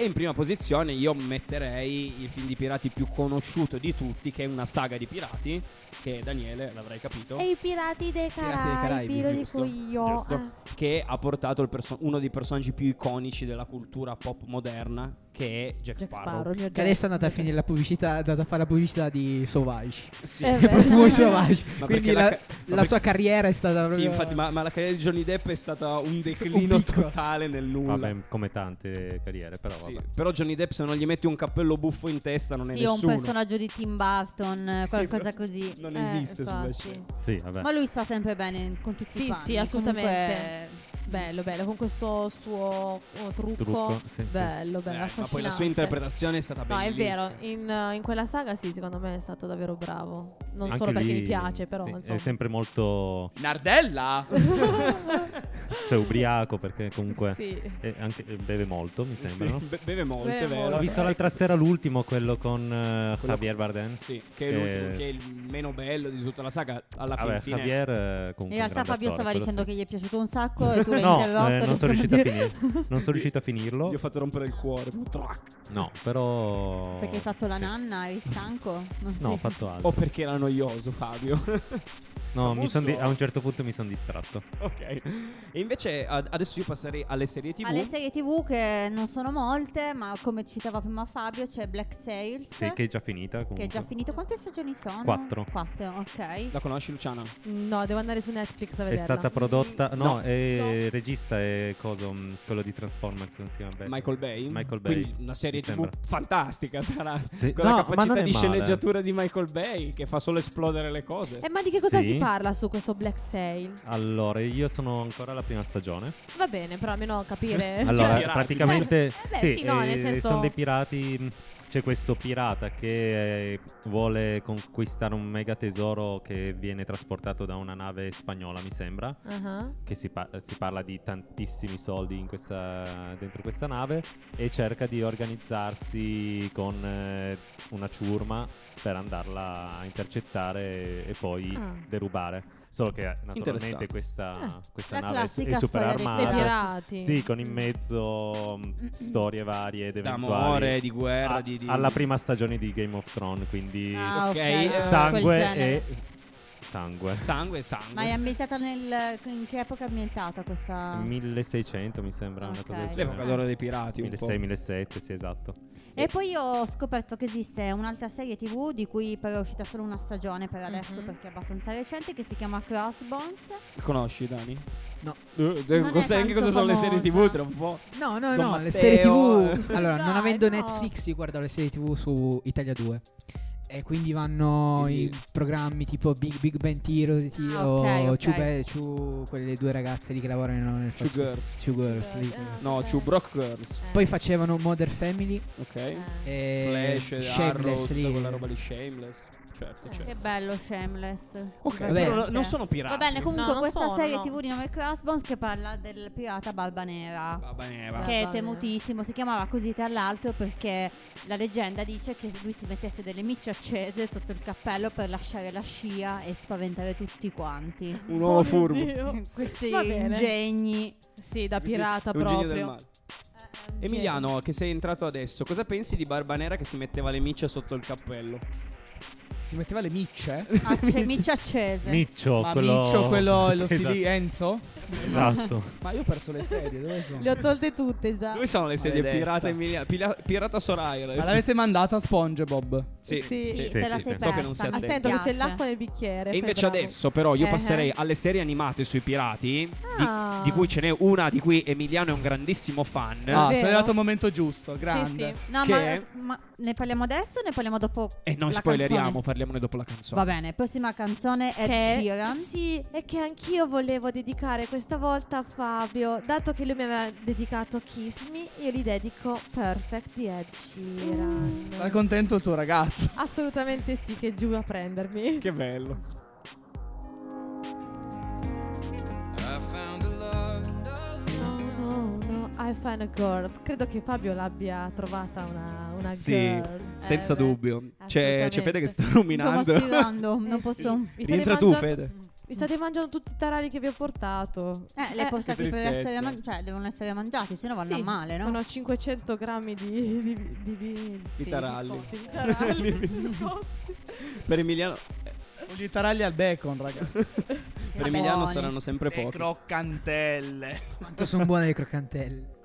S5: E in prima posizione io metterei il film di pirati più conosciuto di tutti, che è una saga di pirati, che Daniele, l'avrai capito,
S10: E i pirati dei
S2: dei
S10: Caraibi,
S2: Caraibi,
S10: lo
S5: giusto,
S10: dico io.
S5: giusto.
S10: Ah.
S5: che ha portato il perso- uno dei personaggi più iconici della cultura pop moderna, che è Jack,
S10: Jack
S5: Sparrow.
S10: Sparrow, il mio
S2: Che adesso è
S10: Jack.
S2: andata a finire la pubblicità, è andata a fare la pubblicità di Sauvage.
S5: Sì. *laughs*
S10: Eh, beh.
S2: Profumo
S10: Sì.
S2: Sauvage.
S5: Ma perché
S2: Quindi
S5: la
S2: la,
S5: ca- ma
S2: la
S5: per-
S2: sua carriera è stata
S5: Sì,
S2: proprio-
S5: infatti, ma, ma la carriera di Johnny Depp è stata un declino
S2: Un picco.
S5: totale nel nulla.
S9: Vabbè, come tante carriere, però
S5: Sì,
S9: vabbè.
S5: Però Johnny Depp se non gli metti un cappello buffo in testa non
S4: Sì,
S5: è
S4: o un
S5: nessuno.
S4: personaggio di Tim Burton, eh, qualcosa così.
S5: Non
S10: Eh,
S5: esiste sulla
S10: infatti.
S5: scena.
S9: Sì, vabbè.
S4: Ma lui sta sempre bene in- con tutti
S10: Sì,
S4: i panni.
S10: sì, assolutamente.
S4: Comunque,
S10: Bello, bello, con questo suo oh, trucco.
S9: Trucco, sì, sì.
S10: bello, bello.
S5: Eh, ma poi la
S10: affascinante.
S5: sua interpretazione è stata
S10: No, è
S5: bellissima.
S10: vero, in, eh, in quella saga sì, secondo me è stato davvero bravo. Non
S9: Anche
S10: solo perché
S9: lì,
S10: mi piace, però
S9: sì,
S10: insomma.
S9: È sempre molto
S1: Nardella?
S10: *laughs*
S9: cioè, ubriaco perché comunque
S10: Sì.
S9: eh, anche- eh, beve molto, mi
S5: Sì,
S9: sembra. no?
S5: be- beve molto,
S10: Beve
S5: è vero.
S10: molto.
S9: Ho visto l'altra sera l'ultimo, quello con eh,
S5: Quello-
S9: Javier Bardem.
S5: Sì, che è
S9: Eh,
S5: l'ultimo, che è il meno bello di tutta la saga. Alla fin
S9: Vabbè,
S5: fine.
S9: Javier eh, comunque
S4: In realtà Fabio stava dicendo che gli è piaciuto un sacco e tu l'hai
S9: No,
S4: interrotto. *laughs*
S9: eh, non sono riuscito a
S4: giustamente,
S9: finire. Non sono riuscito a finirlo.
S5: Gli ho fatto rompere il cuore. Trac.
S9: No, però
S4: Perché hai fatto la
S9: Sì.
S4: nanna, eri stanco? Non
S9: No, ho
S4: so.
S9: fatto altro.
S5: O perché era noioso, Fabio.
S9: No, mi son di-
S5: Musso.
S9: a un certo punto mi sono distratto.
S5: *laughs* ok. E invece ad- adesso io passerei alle serie TV.
S4: Alle serie tv che non sono molte, ma come citava prima Fabio c'è Black Sales.
S9: Sì, che è già finita. Comunque.
S4: che è già finito. Quante stagioni sono?
S9: Quattro.
S4: Quattro, ok.
S5: La conosci, Luciana?
S10: No, devo andare su Netflix a
S9: È
S10: vederla.
S9: stata prodotta. No,
S5: No.
S9: è regista è coso, mh, quello di Transformers. Come si chiama? Beh,
S5: Michael Bay.
S9: Michael Bay.
S5: Quindi una serie
S9: mi
S5: TV
S9: sembra.
S5: fantastica sarà.
S9: Sì.
S5: Con
S9: No,
S5: la
S9: ma
S5: capacità
S9: non è
S5: di
S9: male.
S5: sceneggiatura di Michael Bay che fa solo esplodere le cose.
S4: Cioè,
S10: Eh, ma di che cosa
S9: Sì.
S10: si parla su questo Black Sale?
S9: Allora, io sono ancora alla prima stagione.
S10: Va bene, però almeno capire.
S9: Allora,
S5: pirati.
S9: praticamente
S10: Eh, beh,
S9: sì,
S10: sì, no, nel
S9: eh,
S10: senso-
S9: sono dei pirati. mh, C'è questo pirata che eh, vuole conquistare un mega tesoro che viene trasportato da una nave spagnola, mi sembra.
S10: *laughs* Ah,
S9: Che si, par- si parla di tantissimi soldi in questa- dentro questa nave e cerca di organizzarsi con eh, una ciurma per andarla a intercettare e poi
S10: Ah.
S9: derubare. Solo che eh, naturalmente
S5: Interessante.
S9: questa,
S10: Ah.
S9: questa
S4: Eh, La
S9: nave è su- è
S4: classica
S9: super
S4: storia dei Mm,
S10: Le
S4: Ah,
S9: armata.
S10: pirati.
S9: Sì, con in mezzo mh, storie varie ed eventuali.
S5: D'amore, di guerra,
S9: A-
S5: di, di-
S9: Alla prima stagione di Game of Thrones, quindi
S4: Ah,
S5: ok, eh,
S4: ok.
S9: sangue
S4: quel genere.
S9: e sangue.
S5: sangue e sangue.
S4: Ma è ambientata nel. In che epoca è ambientata questa?
S9: 1600 mi sembra una
S4: Ok.
S9: cosa del
S5: L'epoca
S9: genere.
S5: d'oro dei pirati. un po'.
S9: 1600-1700, sì, esatto.
S4: E poi io ho scoperto che esiste un'altra serie tv di cui però è uscita solo una stagione per adesso
S10: Mhm.
S4: perché è abbastanza recente che si chiama Crossbones.
S5: Conosci, Dani?
S2: No.
S5: Eh,
S4: Non è
S5: Sai
S4: tanto
S5: anche cosa sono le serie
S4: famosa.
S5: TV? Tra un po'.
S2: No, no,
S5: Don
S2: no,
S5: Matteo.
S2: le eh. serie TV. Allora,
S10: Dai,
S2: non avendo
S10: no.
S2: Netflix, io guardo le serie TV su Italia 2. E quindi vanno
S5: Quindi-
S2: i programmi tipo Big, Big Bang Theory
S10: Ah,
S2: o
S10: ok, ok.
S2: Two Be- Two- quelle due ragazze lì che lavorano nel
S5: Two
S2: fast food.
S5: Girls.
S2: Two Girls, lì.
S7: eh.
S10: Ah,
S5: Cioè, No,
S10: ok.
S5: Two Brock Girls.
S10: Eh,
S2: Poi facevano Mother Family
S5: Ok.
S10: eh.
S2: e
S5: Flash, Arrow,
S2: Shameless
S5: tutta
S2: lì.
S5: quella roba lì. Shameless. Certo, certo.
S4: Che bello, Shameless.
S9: Oh,
S5: Ok,
S2: Vabbè.
S5: però non sono pirati.
S4: Va bene, comunque
S10: No, non
S4: questa
S10: sono,
S4: serie
S10: no.
S4: tv di nome Crossbones che parla del pirata Barba Nera.
S5: Va bene, va.
S10: Ah,
S4: che è
S10: va bene.
S4: temutissimo, si chiamava così tra l'altro perché la leggenda dice che lui si mettesse delle micce accese sotto il cappello per lasciare la scia e spaventare tutti quanti.
S5: Un uomo furbo.
S4: Questi
S10: Va bene.
S4: ingegni.
S10: Sì, da
S5: Sì,
S10: pirata
S5: è un genio
S10: proprio.
S5: del male. Emiliano, che sei entrato adesso, cosa pensi di Barbanera che si metteva le micce sotto il cappello?
S1: si metteva le micce.
S4: Acce- Ah, micce accese.
S9: Miccio,
S1: Ma
S9: quello-
S1: Miccio,
S9: *laughs*
S1: quello, lo
S9: Sì,
S1: CD
S9: esatto.
S1: Enzo?
S9: Esatto.
S1: Ma io ho perso le sedie, dove sono?
S7: Le ho tolte tutte
S10: Ah.
S7: già.
S5: Dove sono le sedie
S1: Maledetta.
S5: pirata Emilia? Pila- pirata Soraya.
S1: Ma l'avete mandata a SpongeBob?
S5: Sì,
S7: Sì,
S5: sì,
S4: te la
S5: sì,
S4: sei
S5: So che non
S4: persa,
S5: sia
S4: ma
S5: attento.
S7: Attento che
S4: piace.
S7: c'è l'acqua nel bicchiere.
S5: E
S7: fai
S5: invece
S7: bravo.
S5: adesso però io
S7: Eh,
S5: passerei
S7: eh.
S5: alle serie animate sui pirati di-
S7: Ah.
S5: di, cui ce n'è una di cui Emiliano è un grandissimo fan.
S1: Ah,
S7: vero?
S1: sono arrivato al momento giusto, grande.
S10: Sì, sì.
S4: No,
S5: Che
S4: ma,
S5: è?
S4: ma ne parliamo adesso o ne parliamo dopo?
S5: E noi
S4: la
S5: spoileriamo,
S4: canzone?
S5: parliamone dopo la canzone.
S4: Va bene, prossima canzone è
S7: Che-
S4: Sheeran.
S7: Sì, e che anch'io volevo dedicare questa volta a Fabio. Dato che lui mi aveva dedicato Kiss Me, io gli dedico Perfect di Ed Sheeran.
S1: Sarà contento il tuo ragazzo.
S7: Assolutamente sì, che è giù a prendermi.
S5: Che bello.
S7: No, no, I find a girl. Credo che Fabio l'abbia trovata una, una
S5: Sì,
S7: girl.
S5: senza
S7: Eh, beh.
S5: dubbio. C'è, c'è Fede
S7: assolutamente.
S5: che sta
S4: Sto
S5: ruminando.
S4: oscillando, non
S7: Eh,
S4: posso...
S7: sì. Vi state
S5: Rientra tu,
S7: mangiando-
S5: Fede.
S7: Vi state mangiando tutti i tarari che vi ho portato.
S4: Eh, le portate per
S5: tristezza.
S4: essere mangiati, cioè devono essere mangiati, se no vanno
S7: Sì,
S4: a male, no?
S7: Sono 500 grammi di, di, di, di- sì,
S5: taralli.
S7: biscotti, di taralli,
S5: Di
S7: di
S5: *laughs* biscotti.
S7: biscotti.
S5: Per Emiliano,
S1: Gli taragli al bacon, ragazzi.
S5: per Emiliano
S4: buoni.
S5: saranno sempre
S1: Le
S5: pochi.
S1: croccantelle.
S2: Quanto sono buone le croccantelle.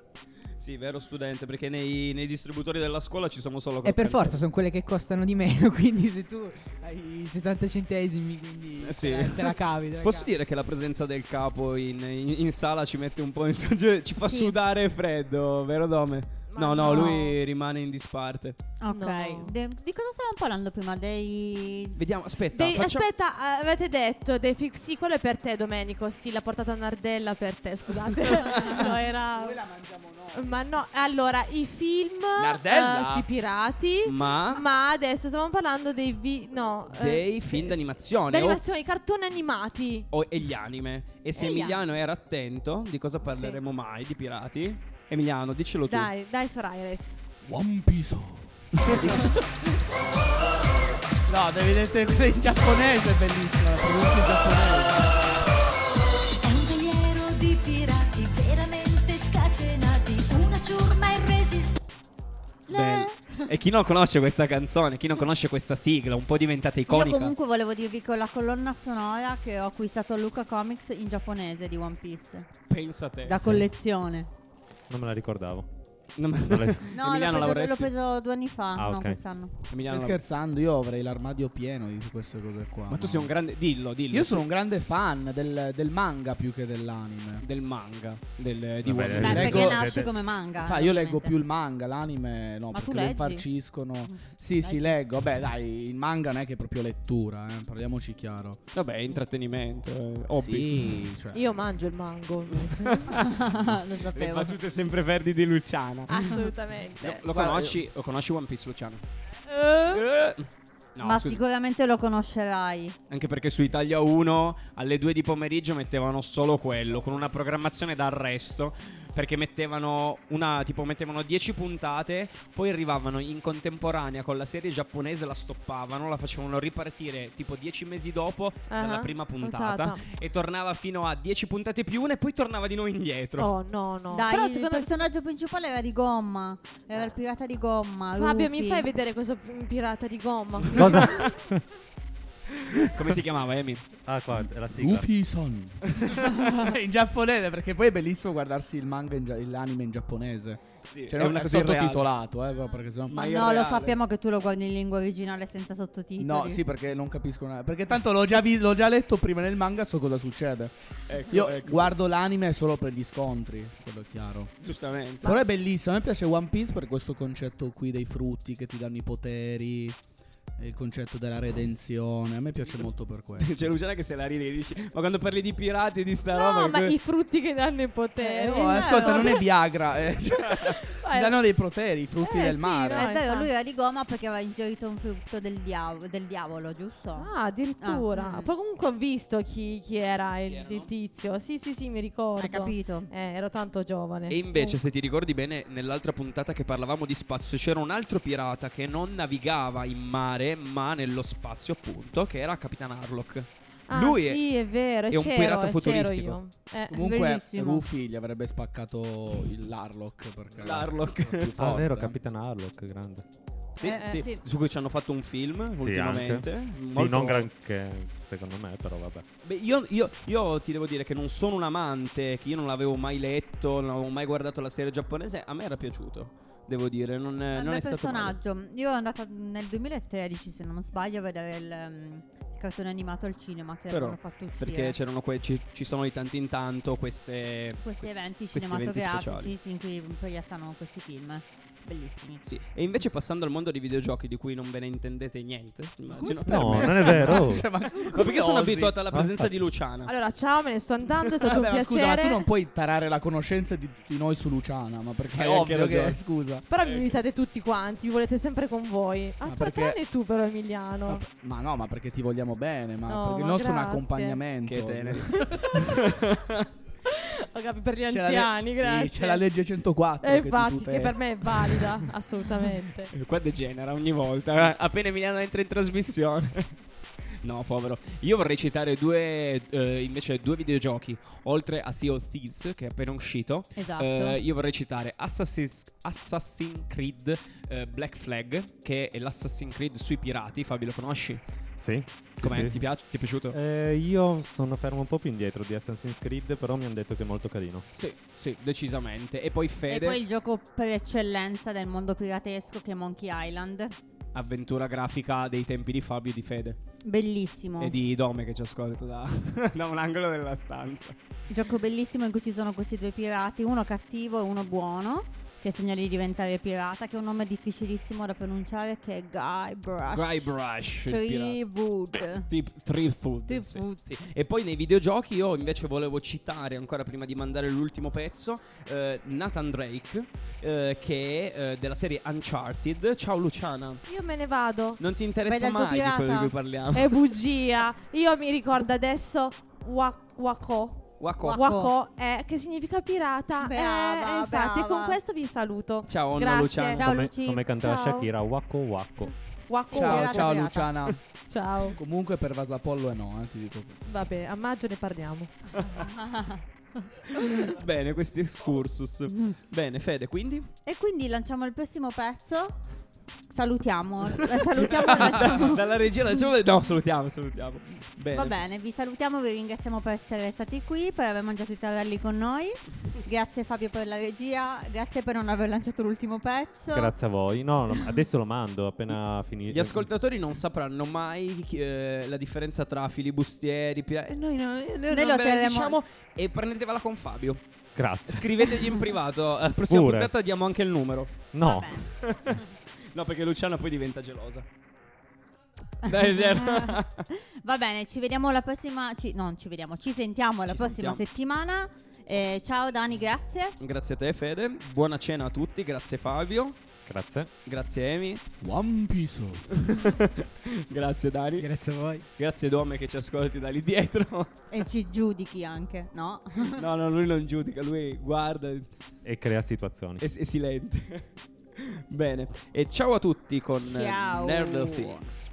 S5: Sì, vero studente, perché nei, nei distributori della scuola ci sono solo
S2: E per
S5: croccantelle.
S2: forza sono quelle che costano di meno, *laughs* quindi se tu hai i 60 centesimi, quindi
S5: Eh sì.
S2: te, la, te la cavi. te la
S5: Posso
S2: cavi.
S5: dire che la presenza del capo in, in- in sala ci mette un po' in soggetto, ci fa
S4: Sì.
S5: sudare freddo, vero Dome?
S4: Ma
S5: no, no,
S4: no.
S5: lui rimane in disparte.
S4: Ok,
S7: No.
S4: De- di cosa stavamo parlando prima? Dei...
S5: Vediamo, aspetta,
S7: Dei-
S5: facciamo-
S7: Aspetta, eh, avete detto dei fix- Sì, quello è per te, Domenico. Sì, l'ha portata Nardella per te. Scusate,
S5: *laughs*
S7: no, era. Ma no, allora i film
S1: Nardella?
S7: eh, sui pirati.
S5: Ma
S7: Ma adesso stavamo parlando dei. Vi- no, eh,
S5: dei film d'animazione o,
S7: d'animazione, i cartoni animati.
S5: o- e gli anime. E se
S7: E gli
S5: Emiliano era attento, di cosa parleremo mai? Di pirati? Emiliano, dicelo tu.
S7: Dai, dai, Sorailes.
S1: One Piece. no, devi vedere quella in giapponese, è bellissima. La pronuncia in giapponese.
S12: È un veliero di pirati veramente scatenati, una ciurma irresistibile.
S4: Eh.
S5: Bello. E chi non conosce questa canzone, chi non conosce questa sigla, un po' diventata iconica.
S4: Io comunque volevo dirvi che ho la colonna sonora che ho acquistato a Luca Comics in giapponese di One Piece,
S5: Eh, Pensa a te.
S4: da collezione.
S9: Non me la ricordavo.
S5: No, ma-
S9: Non la-
S4: No,
S5: Emiliano
S4: l'ho, preso,
S5: l'avresti? Eh,
S4: l'ho preso due anni fa,
S9: Ah,
S4: non
S9: ok.
S4: quest'anno.
S5: Emiliano
S1: Stai
S5: l'avresti?
S1: scherzando, io avrei l'armadio pieno di queste cose qua.
S5: Ma tu sei un grande. Dillo, dillo.
S1: Io sono un grande fan del, del manga più che dell'anime.
S5: Del manga. Del, di
S9: Vabbè,
S5: One
S4: Beh,
S5: Piece.
S1: leggo-
S4: perché nasce
S9: vedete.
S4: come manga.
S1: Fa, io leggo
S4: ovviamente.
S1: più il manga, l'anime no,
S4: Ma tu
S1: perché lo
S4: leggi?
S1: infarciscono. Sì, sì,
S4: Leggi.
S1: leggo. Beh, dai, il manga non è che è proprio lettura, eh, parliamoci chiaro.
S5: Vabbè, intrattenimento. eh, hobby.
S1: Sì, cioè.
S7: Io mangio il mango. invece.
S4: *laughs* Lo
S5: Le
S4: sapevo.
S5: battute sempre verdi di Luciana.
S7: Assolutamente.
S5: Lo, lo
S1: Guarda,
S5: conosci? Lo conosci One Piece, Luciano?
S7: Eh?
S5: Eh. No,
S4: Ma
S5: scusa,
S4: sicuramente lo conoscerai.
S5: anche perché su Italia 1 alle 2 di pomeriggio mettevano solo quello, con una programmazione d'arresto, perché mettevano una tipo mettevano 10 puntate, poi arrivavano in contemporanea con la serie giapponese, la stoppavano, la facevano ripartire tipo 10 mesi dopo dalla
S7: Ah,
S5: prima puntata, e tornava fino a 10 puntate più una e poi tornava di nuovo indietro.
S7: Oh no, no.
S4: Dai,
S7: Però
S4: il
S7: secondo me
S4: personaggio principale era di gomma. Era il pirata di gomma.
S7: Fabio,
S4: Luffy.
S7: mi fai vedere questo p- pirata di
S1: *laughs*
S7: gomma?
S9: Cosa?
S5: Come si chiamava Emi?
S9: ah, qua è la sigla.
S1: Goofy Son. *laughs* in giapponese, perché poi è bellissimo guardarsi il manga, in gia- l'anime in giapponese.
S5: Sì,
S1: Cioè, non è
S5: cosa irreale.
S1: sottotitolato, eh, però, perché sennò...
S4: Ma
S5: Ma
S4: no,
S5: irreale.
S4: lo sappiamo che tu lo guardi in lingua originale senza sottotitoli.
S1: No, sì, perché non capisco una... Perché tanto l'ho già, vi- l'ho già letto prima nel manga, so cosa succede.
S5: Ecco,
S1: Io
S5: ecco.
S1: guardo l'anime solo per gli scontri, quello è chiaro.
S5: Giustamente.
S1: Però è bellissimo, a me piace One Piece per questo concetto qui dei frutti che ti danno i poteri, e il concetto della redenzione, a me piace molto per *laughs* questo.
S5: C'è Luciana che se la ride e dici Ma quando parli di pirati e di sta roba
S7: No,
S5: che
S7: ma
S5: que-
S7: i frutti che danno i poteri.
S1: Eh,
S5: oh,
S1: no, ascolta,
S10: *laughs*
S1: non è Viagra, eh, cioè, *laughs* ti
S7: Eh,
S1: danno dei poteri, i frutti
S7: Eh,
S1: del
S7: sì,
S1: mare.
S7: no,
S4: È vero,
S7: infatti.
S4: lui era di gomma perché aveva ingerito un frutto del, diavo- del diavolo, giusto?
S7: Ah, addirittura.
S4: Ah, mm.
S7: Poi comunque ho visto chi, chi era
S5: Chi
S7: il,
S5: erano?
S7: il tizio. Sì, sì, sì, mi ricordo.
S4: Hai capito?
S7: Eh, ero tanto giovane.
S5: E
S10: Eh.
S5: invece, se ti ricordi bene, nell'altra puntata che parlavamo di spazio c'era un altro pirata che non navigava in mare, ma nello spazio, appunto, che era Capitan Harlock.
S7: Ah,
S5: lui è-
S7: sì, è, vero.
S5: è un
S7: c'ero,
S5: pirata
S7: eh,
S5: futuristico.
S7: c'ero io. Eh,
S1: Comunque
S4: Bellissimo.
S1: Rufy gli avrebbe spaccato il l'Arlock perché
S5: L'Arlock.
S1: è più
S9: Ah,
S1: forte.
S9: vero, Capitan Harlock, grande.
S5: Sì,
S4: Eh,
S5: sì.
S4: sì.
S5: Su cui ci hanno fatto un film
S9: Sì,
S5: ultimamente.
S9: anche. Sì,
S5: Molto-
S9: non granché, secondo me, però vabbè.
S5: Beh, io, io- io ti devo dire che non sono un amante, che io non l'avevo mai letto, non avevo mai guardato la serie giapponese. A me era piaciuto, devo dire. Non, eh, non
S4: Bel
S5: è stato male.
S4: personaggio. Io ero andata nel 2013, se non sbaglio, a vedere il, ehm, il cartone animato al cinema che
S5: Però,
S4: avevano fatto uscire.
S5: perché c'erano que- ci, ci sono di tanto in tanto queste,
S4: questi eventi
S5: questi eventi speciali.
S4: cinematografici sì, in cui proiettano questi film bellissimi.
S5: Sì. E invece passando al mondo dei videogiochi di cui non ve ne intendete niente, immagino.
S9: No,
S5: per
S1: *laughs*
S5: me.
S9: non è vero.
S1: Cioè, ma-
S5: ma perché sono
S1: osi?
S5: abituato alla
S1: Ah,
S5: presenza
S1: infatti.
S5: di Luciana?
S10: Allora, ciao, me ne sto andando, è stato
S1: Vabbè,
S10: un
S1: ma
S10: piacere.
S1: scusa, ma tu non puoi tarare la conoscenza di tutti noi su Luciana, ma perché è
S5: Hai anche
S1: ovvio che
S5: ragione.
S1: scusa.
S10: Però
S5: Eh.
S10: mi invitate tutti quanti, vi volete sempre con voi. Ah,
S1: Ma
S10: tra-
S1: perché-
S10: tranne tu però Emiliano.
S5: Ah.
S1: Ma no, ma perché ti vogliamo bene, ma
S10: No,
S1: perché il
S10: ma
S1: nostro è un
S10: grazie.
S1: accompagnamento.
S5: Che teneri.
S10: *laughs* Ho capito, per gli
S1: C'è la le-
S10: anziani,
S1: sì,
S10: grazie.
S1: c'è la legge 104
S10: Eh,
S1: che ti
S10: infatti, che
S1: tutela.
S10: per me è valida,
S5: *laughs*
S10: assolutamente.
S5: Eh, Qua degenera ogni volta. eh, Appena Emiliano entra in trasmissione. No, povero. Io vorrei citare due, eh, invece, due videogiochi. Oltre a Sea of Thieves, che è appena uscito.
S4: Esatto.
S5: eh, io vorrei citare Assassin's, Assassin's Creed eh, Black Flag, che è l'Assassin's Creed sui pirati. Fabi, lo conosci?
S9: Sì. sì,
S5: Com'è?
S9: sì.
S5: Ti, piace? Ti è piaciuto?
S9: Eh, io sono fermo un po' più indietro di Assassin's Creed, però mi hanno detto che è molto carino.
S5: Sì, sì, decisamente. E poi Fede,
S4: E poi il gioco per eccellenza del mondo piratesco che è Monkey Island.
S5: avventura grafica dei tempi di Fabio e di Fede.
S4: Bellissimo.
S10: Eh.
S5: E di Dome che ci ascolta da, *laughs* da un angolo della stanza.
S4: Gioco bellissimo in cui ci sono questi due pirati, uno cattivo e uno buono, che sogna di diventare pirata, che è un nome difficilissimo da pronunciare, che è
S10: Ah.
S4: Guybrush.
S5: Guybrush.
S10: Cioè,
S5: il pirata.
S4: Threepwood.
S5: Tip- Threepwood, sì,
S4: Threepwood.
S5: sì. E poi nei videogiochi io invece volevo citare ancora prima di mandare l'ultimo pezzo eh, Nathan Drake eh, che è eh, della serie Uncharted. Ciao Luciana.
S10: Io me ne vado.
S5: Non ti interessa
S10: Vai dal tuo
S5: mai di quello di
S10: pirata.
S5: cui
S10: Eh,
S5: parliamo.
S10: È bugia. Io mi ricordo adesso Wa- Wako.
S5: Wako.
S10: Wako, eh, che significa pirata. Eh,
S4: Brava,
S10: eh, infatti,
S4: brava.
S10: con questo vi saluto.
S5: Ciao Anna
S10: Grazie.
S5: Luciana.
S10: Ciao,
S9: come,
S10: Luci.
S9: come cantava
S10: Ciao.
S9: Shakira, Wacco Wacco.
S10: Wako.
S1: Ciao, ciao Luciana.
S10: Ciao.
S1: Comunque per Vasapollo è no, eh, ti dico.
S10: Vabbè, a maggio ne parliamo.
S5: *laughs* Bene, questi excursus.
S10: Mm.
S5: Bene, Fede, quindi?
S4: E quindi lanciamo il prossimo pezzo. Salutiamo. La salutiamo. e lanciamo.
S5: Dalla regia lanciamo- No, salutiamo, salutiamo. Bene.
S4: Va bene, vi salutiamo, vi ringraziamo per essere stati qui, per aver mangiato i tarelli con noi. Grazie Fabio per la regia, grazie per non aver lanciato l'ultimo pezzo.
S9: Grazie a voi. No, no, adesso lo mando appena finisce.
S5: Gli ascoltatori non sapranno mai chi- eh, la differenza tra filibustieri, pia- e noi, no- noi non
S4: lo
S5: ve la
S4: terremo-
S5: diciamo e prendetevela con Fabio.
S9: Grazie.
S5: Scrivetegli in privato, alla prossima
S9: Pure.
S5: puntata diamo anche il numero.
S9: No.
S5: No, perché Luciana poi diventa gelosa. Dai, dai.
S2: *laughs*
S4: Va bene, ci vediamo la prossima. Ci, non ci vediamo, ci sentiamo la
S5: Ci
S4: prossima
S5: sentiamo.
S4: settimana. Eh, ciao Dani, grazie.
S5: grazie a te Fede, buona cena a tutti, grazie Fabio,
S9: Grazie.
S5: grazie Emi,
S1: One Piece.
S5: *laughs* grazie Dani,
S2: Grazie a voi.
S5: grazie Dome che ci ascolti da lì dietro.
S4: E ci giudichi anche, no?
S5: No, no, lui non giudica, lui guarda e,
S9: E crea situazioni.
S5: e *laughs* silente. Bene, e ciao a tutti con eh,
S4: Ciao.
S5: Nerd Things.